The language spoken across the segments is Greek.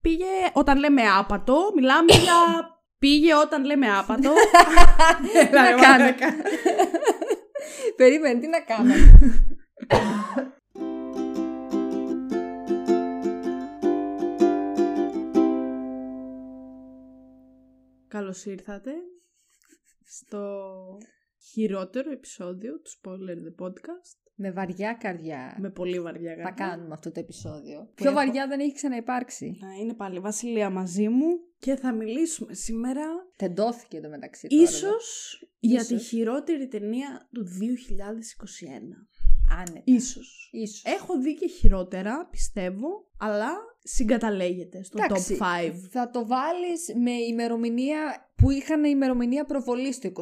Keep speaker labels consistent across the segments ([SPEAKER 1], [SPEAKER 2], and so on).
[SPEAKER 1] Πήγε όταν λέμε άπατο, μιλάμε για. Πήγε όταν λέμε άπατο. Ε,
[SPEAKER 2] Τι να κάνω. Περίμενε, τι να κάνω.
[SPEAKER 1] Καλώς ήρθατε στο χειρότερο επεισόδιο του Spoiler The Podcast
[SPEAKER 2] Με βαριά καρδιά
[SPEAKER 1] με πολύ βαριά
[SPEAKER 2] θα
[SPEAKER 1] γάτα.
[SPEAKER 2] κάνουμε αυτό το επεισόδιο. Πιο
[SPEAKER 1] έχω.
[SPEAKER 2] βαριά δεν έχει ξαναυπάρξει.
[SPEAKER 1] Να είναι πάλι η Βασιλεία μαζί μου και θα μιλήσουμε σήμερα
[SPEAKER 2] Τεντώθηκε το μεταξύ τώρα,
[SPEAKER 1] ναι. ίσως για τη
[SPEAKER 2] Ίσως.
[SPEAKER 1] χειρότερη ταινία του 2021.
[SPEAKER 2] εδώ. δηλαδή. Άνετα.
[SPEAKER 1] Ίσως.
[SPEAKER 2] Ίσως.
[SPEAKER 1] Έχω δει και χειρότερα, πιστεύω, αλλά συγκαταλέγεται στο
[SPEAKER 2] Εντάξει,
[SPEAKER 1] top 5.
[SPEAKER 2] Θα το βάλεις με ημερομηνία που είχαν ημερομηνία προβολή το 21.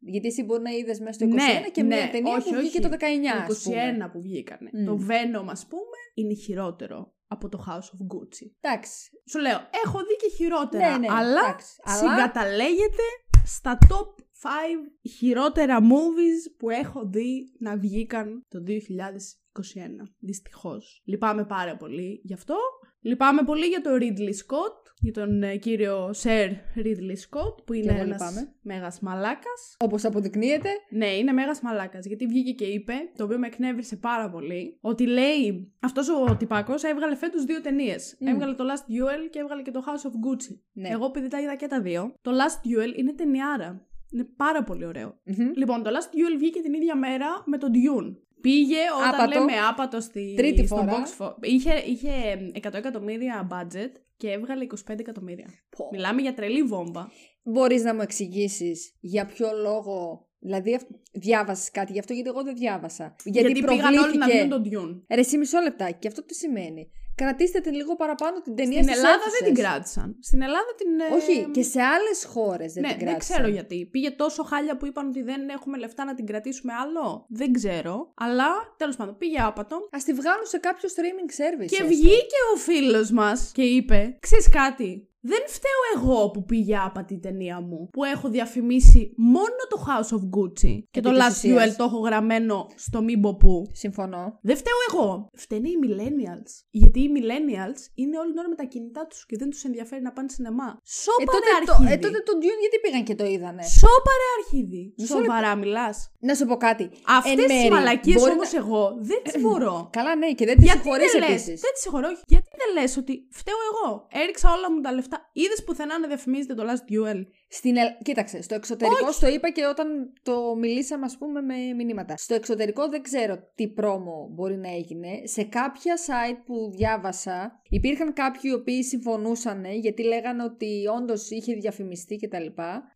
[SPEAKER 2] Γιατί εσύ μπορεί να είδες μέσα στο
[SPEAKER 1] Ναι,
[SPEAKER 2] 21 και μια ταινία που βγήκε το 19.
[SPEAKER 1] Το
[SPEAKER 2] ας πούμε. Mm.
[SPEAKER 1] 21 που βγήκανε.
[SPEAKER 2] Μμ.
[SPEAKER 1] Το Venom, ας πούμε, είναι χειρότερο από το House of Gucci.
[SPEAKER 2] Εντάξει.
[SPEAKER 1] Σου λέω, έχω δει και χειρότερα,
[SPEAKER 2] Ναι, ναι,
[SPEAKER 1] αλλά
[SPEAKER 2] εντάξει. Αλλά-
[SPEAKER 1] συγκαταλέγεται στα top 5 χειρότερα movies που έχω δει να βγήκαν το 2021. Δυστυχώς. Λυπάμαι πάρα πολύ γι' αυτό. Λυπάμαι πολύ για τον Ridley Scott, για τον ε, κύριο Sir Ridley Scott, που είναι
[SPEAKER 2] εγώ
[SPEAKER 1] ένας
[SPEAKER 2] λυπάμαι.
[SPEAKER 1] μέγας μαλάκας.
[SPEAKER 2] Όπως αποδεικνύεται,
[SPEAKER 1] Ναι, είναι μέγας μαλάκας. Γιατί βγήκε και είπε, το οποίο με εκνεύρισε πάρα πολύ, ότι λέει αυτός ο τυπάκος έβγαλε φέτος δύο ταινίες.
[SPEAKER 2] Μμμ.
[SPEAKER 1] Έβγαλε το Last Duel και έβγαλε και το House of Gucci.
[SPEAKER 2] Ναι.
[SPEAKER 1] Εγώ επειδή τα είδα και τα δύο, το Last Duel είναι ταινιάρα. Είναι πάρα πολύ ωραίο.
[SPEAKER 2] Μμμ.
[SPEAKER 1] Λοιπόν, το Last Duel βγήκε την ίδια μέρα με τον Dune. Πήγε όταν
[SPEAKER 2] Άπατο.
[SPEAKER 1] λέμε άπατο στη,
[SPEAKER 2] Τρίτη
[SPEAKER 1] στο
[SPEAKER 2] φορά.
[SPEAKER 1] box fo- Είχε, είχε 100 εκατομμύρια budget και έβγαλε 25 εκατομμύρια.
[SPEAKER 2] Πω.
[SPEAKER 1] Μιλάμε για τρελή βόμβα.
[SPEAKER 2] Μπορείς να μου εξηγήσεις για ποιο λόγο, δηλαδή αυ- διάβασες κάτι γι' αυτό, γιατί εγώ δεν διάβασα. Γιατί, προβλήθηκε.
[SPEAKER 1] πήγαν όλοι να δουν τον Dune.
[SPEAKER 2] Ρε εσύ μισό λεπτάκι, και αυτό τι σημαίνει. Κρατήστε την λίγο παραπάνω την ταινία
[SPEAKER 1] Στην
[SPEAKER 2] στις
[SPEAKER 1] Ελλάδα δεν
[SPEAKER 2] αίθουσες.
[SPEAKER 1] την κράτησαν. Στην Ελλάδα την. ε,
[SPEAKER 2] Όχι, και σε άλλες χώρες δεν
[SPEAKER 1] ναι,
[SPEAKER 2] την
[SPEAKER 1] δεν
[SPEAKER 2] κράτησαν.
[SPEAKER 1] ξέρω γιατί. Πήγε τόσο χάλια που είπαν ότι δεν έχουμε λεφτά να την κρατήσουμε άλλο. Δεν ξέρω. Αλλά τέλος πάντων πήγε άπατο.
[SPEAKER 2] Ας τη βγάλουν σε κάποιο streaming service.
[SPEAKER 1] Και
[SPEAKER 2] έστω.
[SPEAKER 1] βγήκε ο φίλος μας και είπε: Ξέρεις κάτι. Δεν φταίω εγώ που πήγε άπατη η ταινία μου. Που έχω διαφημίσει μόνο το House of Gucci. Και το
[SPEAKER 2] της
[SPEAKER 1] Last Duel
[SPEAKER 2] ουσίας.
[SPEAKER 1] το έχω γραμμένο στο μήμπο που.
[SPEAKER 2] Συμφωνώ. Ε,
[SPEAKER 1] Δεν φταίω εγώ. Φταίνε οι millennials. Γιατί οι millennials είναι όλη την ώρα με τα κινητά τους και δεν τους ενδιαφέρει να πάνε σινεμά.
[SPEAKER 2] Ε
[SPEAKER 1] Σόπα
[SPEAKER 2] τότε,
[SPEAKER 1] ρε
[SPEAKER 2] το,
[SPEAKER 1] αρχίδι.
[SPEAKER 2] ε, τότε τον Dune γιατί πήγαν και το είδανε.
[SPEAKER 1] Σόπα ρε αρχίδι.
[SPEAKER 2] Μισό λεπτό.
[SPEAKER 1] Σοβαρά μιλάς.
[SPEAKER 2] Να σου πω κάτι. Εν
[SPEAKER 1] Αυτέ τις
[SPEAKER 2] μέρη,
[SPEAKER 1] μαλακίες
[SPEAKER 2] μπορεί
[SPEAKER 1] όμως
[SPEAKER 2] να-
[SPEAKER 1] εγώ δεν τις μπορώ.
[SPEAKER 2] Καλά, ναι, και δεν τη
[SPEAKER 1] Γιατί δεν
[SPEAKER 2] συγχωρείς
[SPEAKER 1] λες,
[SPEAKER 2] επίσης.
[SPEAKER 1] δεν τη συγχωρώ, όχι. γιατί δεν λες ότι φταίω εγώ, έριξα όλα μου τα λεφτά. Είδες πουθενά να διαφημίζεται το Last Duel.
[SPEAKER 2] Στην Ελ- Κοίταξε, στο εξωτερικό, στο είπα και όταν το μιλήσαμε, ας πούμε, με μηνύματα. Στο εξωτερικό δεν ξέρω τι πρόμο μπορεί να έγινε. Σε κάποια site που διάβασα, υπήρχαν κάποιοι οι οποίοι συμφωνούσαν γιατί λέγανε ότι όντως είχε διαφημιστεί κτλ.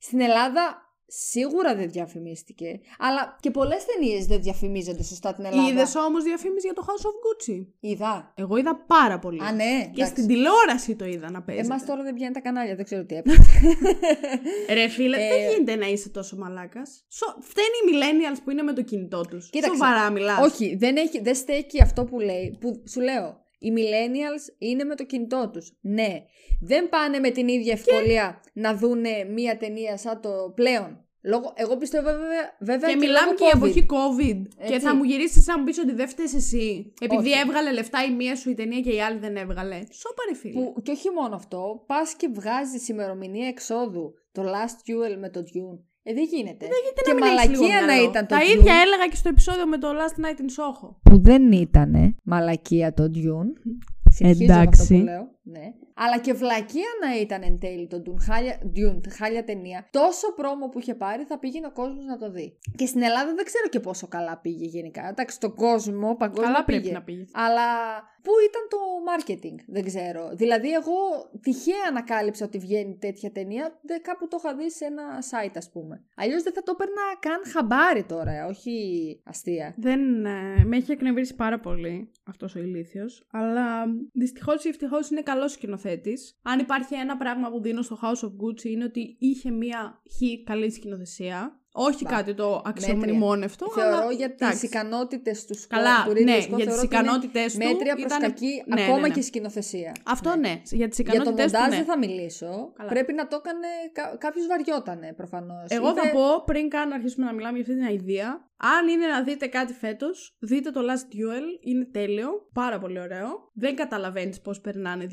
[SPEAKER 2] Στην Ελλάδα σίγουρα δεν διαφημίστηκε. Αλλά και πολλές ταινίες δεν διαφημίζονται σωστά την Ελλάδα.
[SPEAKER 1] Είδες όμως διαφήμιση για το House of Gucci.
[SPEAKER 2] Είδα.
[SPEAKER 1] Εγώ είδα πάρα πολύ.
[SPEAKER 2] Α, ναι.
[SPEAKER 1] Και στην τηλεόραση το είδα να παίζει.
[SPEAKER 2] Εμάς τώρα δεν πιάνει τα κανάλια, δεν ξέρω τι έπρεπε.
[SPEAKER 1] Ρε φίλε,
[SPEAKER 2] Ε,
[SPEAKER 1] δεν γίνεται να είσαι τόσο μαλάκας. Φταίνει οι millennials που είναι με το κινητό τους.
[SPEAKER 2] Κοίταξε,
[SPEAKER 1] Σοβαρά μιλάς.
[SPEAKER 2] Όχι, δεν, έχει, δεν στέκει αυτό που λέει. Που σου λέω, οι millennials είναι με το κινητό τους. Ναι, δεν πάνε με την ίδια ευκολία να δούνε μία ταινία σαν το πλέον. Λόγω, εγώ πιστεύω βέβαια,
[SPEAKER 1] Και,
[SPEAKER 2] βέβαια
[SPEAKER 1] μιλάμε
[SPEAKER 2] λόγω
[SPEAKER 1] και για
[SPEAKER 2] COVID.
[SPEAKER 1] εποχή COVID.
[SPEAKER 2] Έτσι.
[SPEAKER 1] Και θα μου γυρίσεις να μου πεις ότι δεν φταίεις εσύ. Επειδή
[SPEAKER 2] Όχι.
[SPEAKER 1] έβγαλε λεφτά η μία σου η ταινία και η άλλη δεν έβγαλε. Σόπα ρε φίλε.
[SPEAKER 2] Που, και όχι μόνο αυτό, πας και βγάζεις ημερομηνία εξόδου το Last Duel με το Dune. Ε, δεν γίνεται.
[SPEAKER 1] Γιατί
[SPEAKER 2] και
[SPEAKER 1] να μην έχεις λίγο
[SPEAKER 2] μαλακία να
[SPEAKER 1] μυαλό.
[SPEAKER 2] ήταν το
[SPEAKER 1] Τα
[SPEAKER 2] Dune.
[SPEAKER 1] ίδια έλεγα και στο επεισόδιο με το Last Night in Soho.
[SPEAKER 2] Που δεν ήταν μαλακία το Dune. Συνεχίζω με αυτό
[SPEAKER 1] Εντάξει.
[SPEAKER 2] που λέω. Ναι. Αλλά και βλακεία να ήταν εν τέλει το Dune, χάλια, Dune, χάλια ταινία. Τόσο πρόμο που είχε πάρει θα πήγαινε ο κόσμος να το δει. Και στην Ελλάδα δεν ξέρω και πόσο καλά πήγε γενικά. Εντάξει, στον κόσμο παγκόσμιο.
[SPEAKER 1] Καλά
[SPEAKER 2] πήγε.
[SPEAKER 1] πρέπει να πήγε.
[SPEAKER 2] Αλλά πού ήταν το marketing, δεν ξέρω. Δηλαδή, εγώ τυχαία ανακάλυψα ότι βγαίνει τέτοια ταινία. Δε, κάπου το είχα δει σε ένα site, ας πούμε. Αλλιώς δεν θα το έπαιρνα καν χαμπάρι τώρα, όχι αστεία.
[SPEAKER 1] Δεν, ε, με έχει εκνευρίσει πάρα πολύ αυτός ο ηλίθιος. Αλλά δυστυχώς ή ευτυχώς είναι καλό σκηνοθέτης. Αν υπάρχει ένα πράγμα που δίνω στο House of Gucci είναι ότι είχε μία χ καλή σκηνοθεσία. Όχι
[SPEAKER 2] Μπα.
[SPEAKER 1] κάτι το αξιομνημόνευτο.
[SPEAKER 2] Θεωρώ
[SPEAKER 1] αλλά...
[SPEAKER 2] για τις
[SPEAKER 1] εντάξει.
[SPEAKER 2] ικανότητες του σκο...
[SPEAKER 1] Καλά,
[SPEAKER 2] του
[SPEAKER 1] ναι,
[SPEAKER 2] Ridley Scott,
[SPEAKER 1] για
[SPEAKER 2] θεωρώ
[SPEAKER 1] τι
[SPEAKER 2] ότι είναι
[SPEAKER 1] ικανότητε του.
[SPEAKER 2] Μέτρια προς
[SPEAKER 1] ήταν-
[SPEAKER 2] κακή,
[SPEAKER 1] ναι, ναι,
[SPEAKER 2] ακόμα
[SPEAKER 1] ναι.
[SPEAKER 2] και σκηνοθεσία.
[SPEAKER 1] Αυτό ναι. Για τις
[SPEAKER 2] Για το
[SPEAKER 1] ικανότητε του.
[SPEAKER 2] μοντάζ
[SPEAKER 1] ναι.
[SPEAKER 2] δεν θα μιλήσω.
[SPEAKER 1] Καλά.
[SPEAKER 2] Πρέπει να το έκανε. Κα... Κάποιος βαριότανε προφανώς.
[SPEAKER 1] Εγώ θα πω πριν καν αρχίσουμε να μιλάμε για αυτή την ιδέα. Αν είναι να δείτε κάτι φέτος, δείτε το Last Duel. Είναι τέλειο. Πάρα πολύ ωραίο. Δεν καταλαβαίνεις πώς περνάνε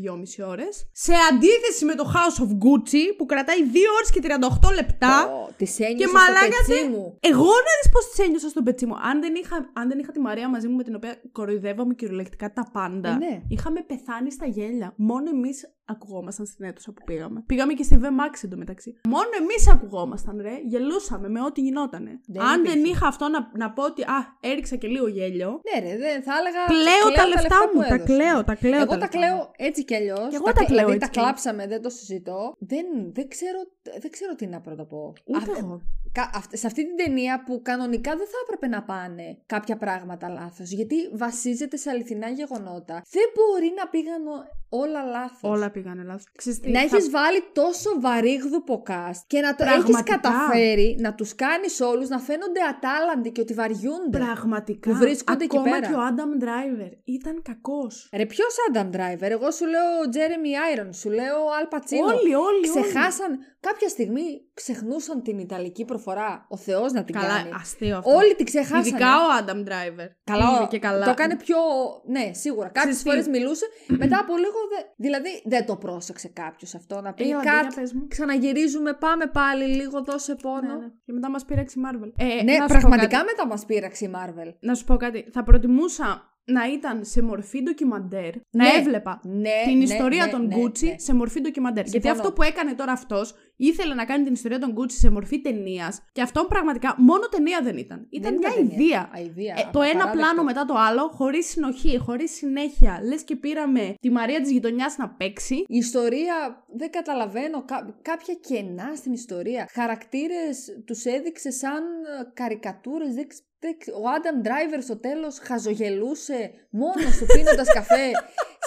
[SPEAKER 1] 2,5 ώρες. Σε αντίθεση με το House of Gucci που κρατάει 2 ώρες και 38 λεπτά.
[SPEAKER 2] Τη
[SPEAKER 1] Και
[SPEAKER 2] ένιωσα στο
[SPEAKER 1] μαλάκα
[SPEAKER 2] πετσί
[SPEAKER 1] δεν-
[SPEAKER 2] μου.
[SPEAKER 1] Εγώ να δεις πώς τις ένιωσα στον πετσί μου. Αν δεν, είχα, αν δεν είχα τη Μαρία μαζί μου με την οποία κοροϊδεύαμε κυριολεκτικά τα πάντα,
[SPEAKER 2] Ε, ναι.
[SPEAKER 1] είχαμε πεθάνει στα γέλια. Μόνο εμείς ακουγόμασταν στην αίθουσα που πήγαμε. Πήγαμε και στη VMAX εντωμεταξύ. Μόνο εμείς ακουγόμασταν, ρε. Γελούσαμε με ό,τι γινότανε.
[SPEAKER 2] Δεν
[SPEAKER 1] αν
[SPEAKER 2] υπήρχε.
[SPEAKER 1] δεν είχα αυτό να, να πω ότι α, έριξα και λίγο γέλιο.
[SPEAKER 2] Ναι, ρε, δεν θα έλεγα.
[SPEAKER 1] Κλαίω τα λεφτά
[SPEAKER 2] που
[SPEAKER 1] μου. Τα
[SPEAKER 2] έδωσε.
[SPEAKER 1] κλαίω, τα κλαίω.
[SPEAKER 2] Εγώ τα
[SPEAKER 1] λεφτά μου.
[SPEAKER 2] κλαίω έτσι κι αλλιώς.
[SPEAKER 1] Κι εγώ τα κλαίω
[SPEAKER 2] Δηλαδή
[SPEAKER 1] έτσι
[SPEAKER 2] τα
[SPEAKER 1] κι αλλιώς.
[SPEAKER 2] κλάψαμε, δεν το συζητώ. Δεν, δεν, ξέρω, δεν ξέρω τι να πρώτα πω.
[SPEAKER 1] Ούτε
[SPEAKER 2] Α,
[SPEAKER 1] εγώ.
[SPEAKER 2] κα- αυ- σε αυτή την ταινία που κανονικά δεν θα έπρεπε να πάνε κάποια πράγματα λάθος. Γιατί βασίζεται σε αληθινά γεγονότα. Δεν μπορεί να πήγαν ο- όλα λάθος.
[SPEAKER 1] Όλα πήγανε λάθος. Ξέρεις τι,
[SPEAKER 2] Να
[SPEAKER 1] θα-
[SPEAKER 2] έχεις βάλει τόσο βαρύγδουπο cast και να το έχεις
[SPEAKER 1] Πραγματικά.
[SPEAKER 2] καταφέρει να τους κάνεις όλους να φαίνονται ατάλλαντοι και ότι βαριούνται.
[SPEAKER 1] Πραγματικά.
[SPEAKER 2] που βρίσκονται εκεί
[SPEAKER 1] Ακόμα
[SPEAKER 2] πέρα.
[SPEAKER 1] και ο Adam Driver ήταν κακός.
[SPEAKER 2] Ρε, ποιος Adam Driver, εγώ σου λέω Jeremy Irons, σου λέω Al Pacino.
[SPEAKER 1] Όλοι, όλοι, όλοι.
[SPEAKER 2] Ξεχάσαν, κάποια στιγμή ξεχνούσαν την Ιταλική προφορά. Ο Θεός να την κάνει.
[SPEAKER 1] Καλά, αστείο αυτό.
[SPEAKER 2] Όλοι την ξεχάσανε.
[SPEAKER 1] Ειδικά ο Adam Driver.
[SPEAKER 2] Καλά,
[SPEAKER 1] Είδε και καλά.
[SPEAKER 2] Το κάνει πιο. Ναι, σίγουρα. Κάποιες
[SPEAKER 1] Ξέρεις τι.
[SPEAKER 2] φορές μιλούσε. Μετά από λίγο. Δε... Δηλαδή δεν το πρόσεξε κάποιος αυτό να πει
[SPEAKER 1] Ε, Ιωάννα, για
[SPEAKER 2] κάτι.
[SPEAKER 1] πες μου.
[SPEAKER 2] Ξαναγυρίζουμε, πάμε πάλι λίγο, δώσε πόνο.
[SPEAKER 1] Ναι, ναι. Και μετά μας πήραξε η Marvel. Ε,
[SPEAKER 2] Ναι,
[SPEAKER 1] να σου πω
[SPEAKER 2] πραγματικά
[SPEAKER 1] κάτι.
[SPEAKER 2] μετά μας πείραξε η Marvel.
[SPEAKER 1] Να σου πω κάτι. Θα προτιμούσα να ήταν σε μορφή ντοκιμαντέρ. Να
[SPEAKER 2] Ναι.
[SPEAKER 1] έβλεπα
[SPEAKER 2] Ναι,
[SPEAKER 1] την
[SPEAKER 2] ναι,
[SPEAKER 1] ιστορία
[SPEAKER 2] ναι,
[SPEAKER 1] των
[SPEAKER 2] ναι,
[SPEAKER 1] Gucci
[SPEAKER 2] ναι.
[SPEAKER 1] σε μορφή ντοκιμαντέρ. Γιατί
[SPEAKER 2] Συμφωνώ.
[SPEAKER 1] αυτό που έκανε τώρα αυτός ήθελε να κάνει την ιστορία των Gucci σε μορφή ταινίας. Και αυτό πραγματικά μόνο ταινία δεν ήταν. Ήταν
[SPEAKER 2] Δεν
[SPEAKER 1] μια
[SPEAKER 2] ταινία.
[SPEAKER 1] ιδέα.
[SPEAKER 2] Αηδία,
[SPEAKER 1] Ε, το ένα
[SPEAKER 2] απαράδεκτο.
[SPEAKER 1] πλάνο μετά το άλλο, χωρίς συνοχή, χωρίς συνέχεια. Λες και πήραμε τη Μαρία της γειτονιάς να παίξει.
[SPEAKER 2] Η ιστορία, δεν καταλαβαίνω, κά- κάποια κενά στην ιστορία. Χαρακτήρες τους έδειξε σαν ε, καρικατούρες, δεν ξ- δεν ξ- ο Άνταμ Ντράιβερ στο τέλος χαζογελούσε μόνος του πίνοντας καφέ.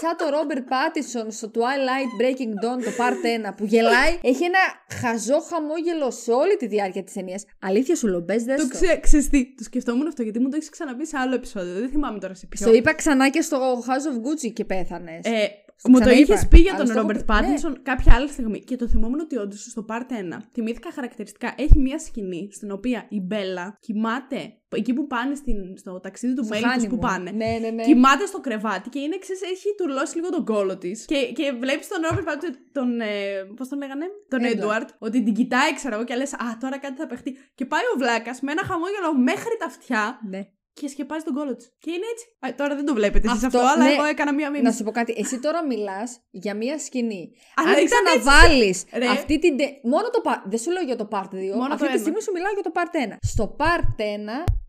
[SPEAKER 2] Σαν το Ρόμπερτ Πάτισον στο Twilight Breaking Dawn, το Part 1, που γελάει. Έχει ένα χαζό χαμόγελο σε όλη τη διάρκεια της ταινίας. Αλήθεια σου, Λομπές, δες
[SPEAKER 1] Το
[SPEAKER 2] το.
[SPEAKER 1] ξε, ξέρεις τι, το σκεφτόμουν αυτό γιατί μου το έχεις ξαναπεί σε άλλο επεισόδιο. Δεν θυμάμαι τώρα σε ποιο.
[SPEAKER 2] Στο είπα ξανά και στο House of Gucci και πέθανες.
[SPEAKER 1] Ε,
[SPEAKER 2] στο
[SPEAKER 1] μου το
[SPEAKER 2] ξαναείπα.
[SPEAKER 1] είχες πει για
[SPEAKER 2] Αλλά
[SPEAKER 1] τον
[SPEAKER 2] στο έχω
[SPEAKER 1] Ρόμπερτ
[SPEAKER 2] πει, ναι.
[SPEAKER 1] Πάτινσον κάποια άλλη στιγμή και το θυμόμουν ότι όντως στο Part 1 θυμήθηκα χαρακτηριστικά. Έχει μία σκηνή στην οποία η Μπέλα κοιμάται εκεί που πάνε στην, στο ταξίδι του
[SPEAKER 2] Στο
[SPEAKER 1] Μέλλοντο που
[SPEAKER 2] honeymoon.
[SPEAKER 1] πάνε.
[SPEAKER 2] Ναι, ναι, ναι.
[SPEAKER 1] Κοιμάται στο κρεβάτι και είναι, ξέρεις, έχει τουρλώσει λίγο τον κόλο της. Και, και βλέπεις τον Ρόμπερτ Πάτινσον, τον. Ε, Πώς τον λέγανε, τον
[SPEAKER 2] Edward.
[SPEAKER 1] Έντουαρτ, ότι την κοιτάει, ξέρω εγώ, και λες Α, τώρα κάτι θα παιχτεί. Και πάει ο Βλάκας με ένα χαμόγελο μέχρι τα αυτιά
[SPEAKER 2] Ναι.
[SPEAKER 1] και σκεπάζει τον κόλο της. Και είναι έτσι. Α, τώρα δεν το βλέπετε εσείς αυτό,
[SPEAKER 2] Αυτό,
[SPEAKER 1] αλλά
[SPEAKER 2] ναι.
[SPEAKER 1] εγώ έκανα μία μήνυση.
[SPEAKER 2] Να σου πω κάτι. Εσύ τώρα μιλάς για μία σκηνή.
[SPEAKER 1] Αλλά
[SPEAKER 2] Αν
[SPEAKER 1] ήταν
[SPEAKER 2] ξαναβάλεις
[SPEAKER 1] Ρε.
[SPEAKER 2] αυτή την. τε- Μόνο το part. Δεν σου λέω για το part 2.
[SPEAKER 1] Μόνο το
[SPEAKER 2] αυτή τη
[SPEAKER 1] ένα.
[SPEAKER 2] στιγμή σου μιλάω για το part 1. Στο part 1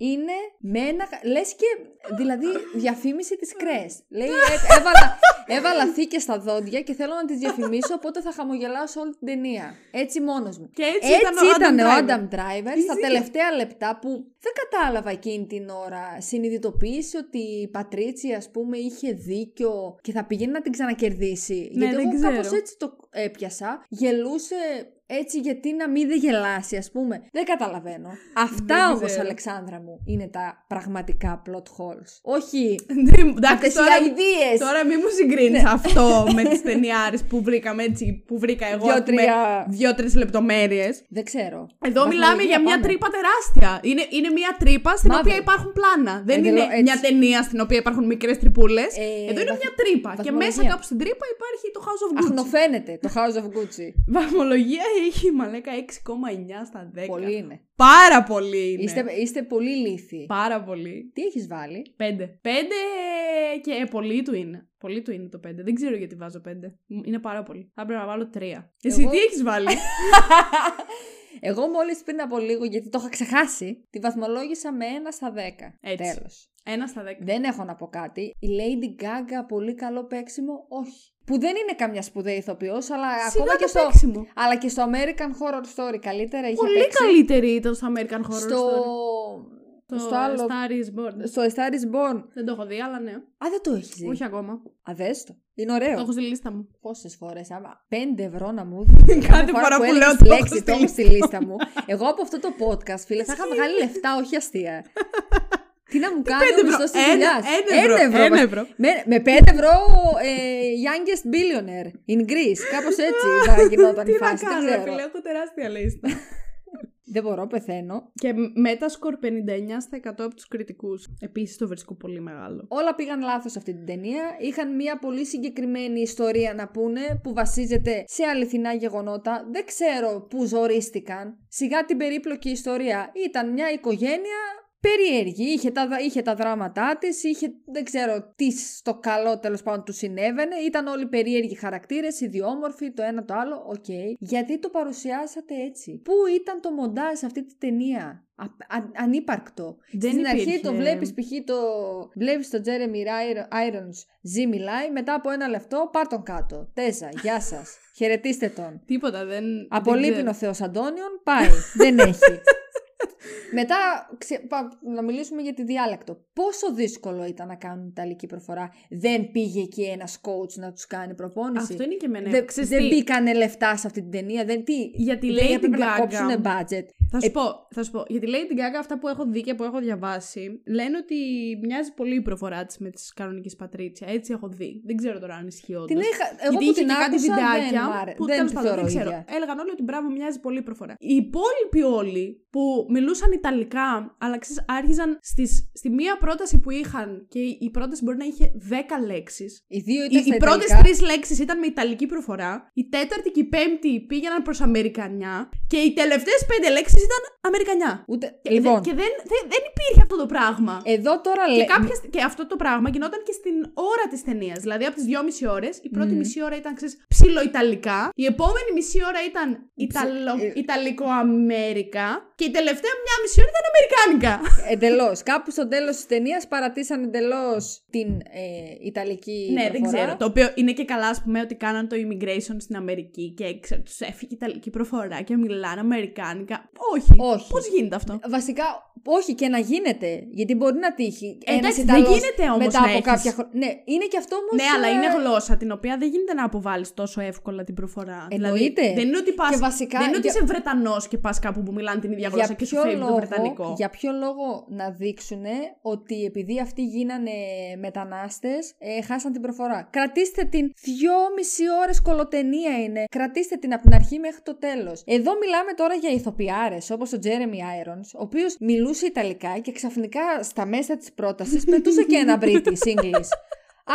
[SPEAKER 2] είναι με ένα. Λες και. Δηλαδή διαφήμιση της κρέ. Λέει «Ε, έβαλα, έβαλα θήκες στα δόντια και θέλω να τις διαφημίσω. Οπότε θα χαμογελάω σε όλη την ταινία. Έτσι μόνος μου.
[SPEAKER 1] Και έτσι,
[SPEAKER 2] Έτσι ήταν ο
[SPEAKER 1] Adam Driver.
[SPEAKER 2] Adam Driver
[SPEAKER 1] Τι
[SPEAKER 2] στα
[SPEAKER 1] ζήλια.
[SPEAKER 2] τελευταία λεπτά που δεν κατάλαβα εκείνη την ώρα. Συνειδητοποίησε ότι η Πατρίτσια, ας πούμε, είχε δίκιο και θα πηγαίνει να την ξανακερδίσει.
[SPEAKER 1] Ναι,
[SPEAKER 2] γιατί
[SPEAKER 1] δεν
[SPEAKER 2] εγώ κάπως
[SPEAKER 1] ξέρω.
[SPEAKER 2] έτσι το έπιασα. Γελούσε έτσι γιατί να μην δεν γελάσει, ας πούμε. Δεν καταλαβαίνω. Αυτά
[SPEAKER 1] Δεν
[SPEAKER 2] όμως,
[SPEAKER 1] ξέρω.
[SPEAKER 2] Αλεξάνδρα μου, είναι τα πραγματικά plot holes. Όχι
[SPEAKER 1] Ναι, Εντάξει,
[SPEAKER 2] αυτές οι Ναι.
[SPEAKER 1] τώρα,
[SPEAKER 2] αηδίες.
[SPEAKER 1] τώρα μην μου συγκρίνεις αυτό με τις ταινιάρες που βρήκαμε έτσι, που βρήκα εγώ
[SPEAKER 2] Δυο,
[SPEAKER 1] ας πούμε,
[SPEAKER 2] τρία.
[SPEAKER 1] δύο-τρεις λεπτομέρειες.
[SPEAKER 2] Δεν ξέρω.
[SPEAKER 1] Εδώ
[SPEAKER 2] Βαθμολογία
[SPEAKER 1] μιλάμε για μια
[SPEAKER 2] πάμε.
[SPEAKER 1] τρύπα τεράστια. Είναι, είναι μια τρύπα στην
[SPEAKER 2] Μαύρη.
[SPEAKER 1] οποία υπάρχουν πλάνα. Δεν είναι
[SPEAKER 2] Εντελώς έτσι.
[SPEAKER 1] μια ταινία στην οποία υπάρχουν μικρές τρυπούλες.
[SPEAKER 2] Ε,
[SPEAKER 1] Εδώ είναι
[SPEAKER 2] βαθ-
[SPEAKER 1] μια τρύπα. Και
[SPEAKER 2] βαθμολογία.
[SPEAKER 1] μέσα κάπου στην τρύπα υπάρχει το House of Gucci.
[SPEAKER 2] Αχνοφαίνεται το House of Gucci.
[SPEAKER 1] Βαθμολογία έχει η μαλέκα 6,9 στα 10.
[SPEAKER 2] Πολύ είναι.
[SPEAKER 1] Ναι. Πάρα πολύ είναι.
[SPEAKER 2] Είστε, είστε πολύ λύθοι.
[SPEAKER 1] Πάρα πολύ.
[SPEAKER 2] Τι έχεις βάλει.
[SPEAKER 1] Πέντε. Πέντε και ε, πολύ του είναι. Πολύ του είναι το πέντε. Δεν ξέρω γιατί βάζω πέντε. Μ, Είναι πάρα πολύ. Θα έπρεπε να βάλω τρία. Εσύ
[SPEAKER 2] Εγώ-
[SPEAKER 1] τι έχεις βάλει.
[SPEAKER 2] Εγώ μόλις πριν από λίγο, γιατί το είχα ξεχάσει, τη βαθμολόγησα με 1 στα 10.
[SPEAKER 1] Έτσι.
[SPEAKER 2] Τέλος.
[SPEAKER 1] Ένα στα δέκα.
[SPEAKER 2] Δεν έχω να πω κάτι. Η Lady Gaga, πολύ καλό παίξιμο, όχι. Που δεν είναι καμιά σπουδαία ηθοποιός, αλλά ακόμα
[SPEAKER 1] Σιγά
[SPEAKER 2] και
[SPEAKER 1] το
[SPEAKER 2] στο...
[SPEAKER 1] παίξιμο.
[SPEAKER 2] Αλλά και στο American Horror Story καλύτερα είχε
[SPEAKER 1] Πολύ
[SPEAKER 2] παίξει.
[SPEAKER 1] καλύτερη ήταν στο American Horror
[SPEAKER 2] στο...
[SPEAKER 1] Story. Στο,
[SPEAKER 2] Στο άλλο-
[SPEAKER 1] Star is Born.
[SPEAKER 2] Στο A Star is Born.
[SPEAKER 1] Δεν το έχω δει, αλλά ναι.
[SPEAKER 2] Α, δεν το έχεις δει.
[SPEAKER 1] Όχι ακόμα.
[SPEAKER 2] Α, δες το. Είναι ωραίο.
[SPEAKER 1] Το έχω στη λίστα μου.
[SPEAKER 2] Πόσες φορές, άμα 5 ευρώ να μου δίνει.
[SPEAKER 1] Κάθε φορά που λέω το έχω
[SPEAKER 2] λέξη,
[SPEAKER 1] στη
[SPEAKER 2] το έχω στη λίστα μου. Εγώ από αυτό το podcast, φίλε, θα είχα βγάλει λεφτά, όχι αστεία. Τι να μου κάνει ο
[SPEAKER 1] πέντε ευρώ.
[SPEAKER 2] μισθό της
[SPEAKER 1] Ένα-
[SPEAKER 2] δουλειάς.
[SPEAKER 1] ένα ευρώ, ένα ευρώ.
[SPEAKER 2] Με, με 5 ευρώ ε, youngest billionaire in Greece. Κάπως έτσι θα γινόταν
[SPEAKER 1] Τι
[SPEAKER 2] η
[SPEAKER 1] να
[SPEAKER 2] φάση. Δεν
[SPEAKER 1] κάνω, ρε φίλε,
[SPEAKER 2] ξέρω.
[SPEAKER 1] έχω τεράστια λίστα.
[SPEAKER 2] Δεν μπορώ, πεθαίνω.
[SPEAKER 1] Και Metascore 59% από τους κριτικούς. Επίσης το βρίσκω πολύ μεγάλο.
[SPEAKER 2] Όλα πήγαν λάθος αυτή την ταινία. Είχαν μια πολύ συγκεκριμένη ιστορία να πούνε που βασίζεται σε αληθινά γεγονότα. Δεν ξέρω πού ζορίστηκαν. Σιγά την περίπλοκη ιστορία. Ήταν μια οικογένεια περίεργη. Είχε τα, είχε τα δράματά της, είχε δεν ξέρω τι στο καλό τέλος πάντων του συνέβαινε. Ήταν όλοι περίεργοι χαρακτήρες, ιδιόμορφοι, το ένα το άλλο. Οκ. Γιατί το παρουσιάσατε έτσι. Πού ήταν το μοντάζ σε αυτή τη ταινία. Α- α- ανύπαρκτο.
[SPEAKER 1] Δεν
[SPEAKER 2] Στην αρχή
[SPEAKER 1] υπήρχε.
[SPEAKER 2] το βλέπεις, π.χ. το. Βλέπεις τον Τζέρεμι Irons ζει, μιλάει. Μετά από ένα λεπτό, πάρ τον κάτω. Τέζα, γεια σας. Χαιρετίστε τον.
[SPEAKER 1] Τίποτα, δεν... δεν
[SPEAKER 2] Απολύπην
[SPEAKER 1] ξέρω.
[SPEAKER 2] ο Θεός Αντώνιον, πάει. Δεν έχει. Μετά, ξε- πα- να μιλήσουμε για τη διάλεκτο. Πόσο δύσκολο ήταν να κάνουν Ιταλική προφορά. Δεν πήγε εκεί ένας coach να τους κάνει προπόνηση.
[SPEAKER 1] Αυτό είναι και εμένα.
[SPEAKER 2] Δεν,
[SPEAKER 1] Ξέρεις
[SPEAKER 2] δεν
[SPEAKER 1] τι,
[SPEAKER 2] μπήκανε λεφτά σε αυτή την ταινία. Δεν, τι,
[SPEAKER 1] Για τη
[SPEAKER 2] δεν
[SPEAKER 1] Lady
[SPEAKER 2] έπρεπε να
[SPEAKER 1] Gaga.
[SPEAKER 2] κόψουν budget.
[SPEAKER 1] Θα σου, πω, θα σου πω. Για τη Lady Gaga, αυτά που έχω δει και που έχω διαβάσει, λένε ότι μοιάζει πολύ η προφορά της με τις κανονικές Πατρίτσια. Έτσι έχω δει. Δεν ξέρω τώρα αν ισχύει όντως.
[SPEAKER 2] Την είχα, εγώ
[SPEAKER 1] Γιατί
[SPEAKER 2] που
[SPEAKER 1] είχε
[SPEAKER 2] την
[SPEAKER 1] και κάτι
[SPEAKER 2] άκουσα δεν,
[SPEAKER 1] βιντεάκια
[SPEAKER 2] μ' άρε-
[SPEAKER 1] που
[SPEAKER 2] δεν
[SPEAKER 1] τέλος
[SPEAKER 2] τη
[SPEAKER 1] πάντων,
[SPEAKER 2] θεωρώ
[SPEAKER 1] δεν
[SPEAKER 2] ίδια.
[SPEAKER 1] ξέρω. Έλεγαν όλοι ότι μπράβο, μοιάζει πολύ η προφορά. Οι υπόλοιποι όλοι που μιλούσαν Ιταλικά, αλλά ξέρεις, άρχιζαν στις, στη μία πρόταση που είχαν και η η πρόταση μπορεί να είχε 10 λέξεις.
[SPEAKER 2] Οι δύο
[SPEAKER 1] Οι,
[SPEAKER 2] ήταν
[SPEAKER 1] οι
[SPEAKER 2] στα
[SPEAKER 1] πρώτε
[SPEAKER 2] ιταλικά.
[SPEAKER 1] τρεις λέξεις ήταν με ιταλική προφορά. Η τέταρτη και η πέμπτη πήγαιναν προς Αμερικανιά. Και οι τελευταίες πέντε λέξεις ήταν Αμερικανιά.
[SPEAKER 2] Ούτε...
[SPEAKER 1] Και,
[SPEAKER 2] λοιπόν,
[SPEAKER 1] Ε,
[SPEAKER 2] Ε,
[SPEAKER 1] δε, και δεν, δε- δεν υπήρχε αυτό το πράγμα.
[SPEAKER 2] εδώ τώρα
[SPEAKER 1] και,
[SPEAKER 2] λέει.
[SPEAKER 1] κάποια, στι- και αυτό το πράγμα γινόταν και στην ώρα της ταινίας. Δηλαδή από τις δυόμιση ώρες, η πρώτη μισή ώρα ήταν ξέρεις, ψιλοϊταλικά. Η επόμενη μισή ώρα ήταν Ιταλο,
[SPEAKER 2] ε.
[SPEAKER 1] Ιταλικοαμέρικα. Και η τελευταία μια μισή ώρα ήταν Αμερικάνικα.
[SPEAKER 2] Εντελώς. Κάπου στο τέλος της ταινίας παρατήσαν εντελώς την ε, Ιταλική.
[SPEAKER 1] ναι, δεν
[SPEAKER 2] προφορά.
[SPEAKER 1] ξέρω. Το οποίο είναι και καλά, ας πούμε, ότι κάναν το immigration στην Αμερική και τους έφυγε η Ιταλική προφορά και μιλάνε Αμερικάνικα. Όχι.
[SPEAKER 2] Όχι. Ε,
[SPEAKER 1] Πώς γίνεται αυτό.
[SPEAKER 2] Βασικά, όχι και να γίνεται. Γιατί μπορεί να τύχει. Ένας
[SPEAKER 1] Εντάξει, δεν
[SPEAKER 2] Ιταλός
[SPEAKER 1] γίνεται όμως
[SPEAKER 2] Μετά
[SPEAKER 1] να
[SPEAKER 2] από
[SPEAKER 1] έχεις.
[SPEAKER 2] κάποια χρόνια. Ναι, είναι και αυτό ε, όμως.
[SPEAKER 1] Ναι, αλλά είναι γλώσσα την οποία δεν γίνεται να αποβάλεις τόσο εύκολα την προφορά.
[SPEAKER 2] Εννοείται.
[SPEAKER 1] Δηλαδή, δεν είναι ότι, πας,
[SPEAKER 2] Και βασικά
[SPEAKER 1] δεν είναι ότι
[SPEAKER 2] για-
[SPEAKER 1] είσαι Βρετανός και πας κάπου που μιλάνε την ίδια γλώσσα
[SPEAKER 2] για
[SPEAKER 1] και σου
[SPEAKER 2] ποιο,
[SPEAKER 1] φεύγει το
[SPEAKER 2] λόγο,
[SPEAKER 1] Βρετανικό.
[SPEAKER 2] για ποιο λόγο να δείξουν ότι επειδή αυτοί γίνανε μετανάστες ε, χάσαν την προφορά. Κρατήστε την δυόμιση ώρες κολοτενία είναι. Κρατήστε την από την αρχή μέχρι το τέλος. Εδώ μιλάμε τώρα για ηθοποιάρες όπως ο Τζέρεμι Irons, ο οποίος μιλούσε Ιταλικά και ξαφνικά στα μέσα της πρότασης πετούσε και ένα British English.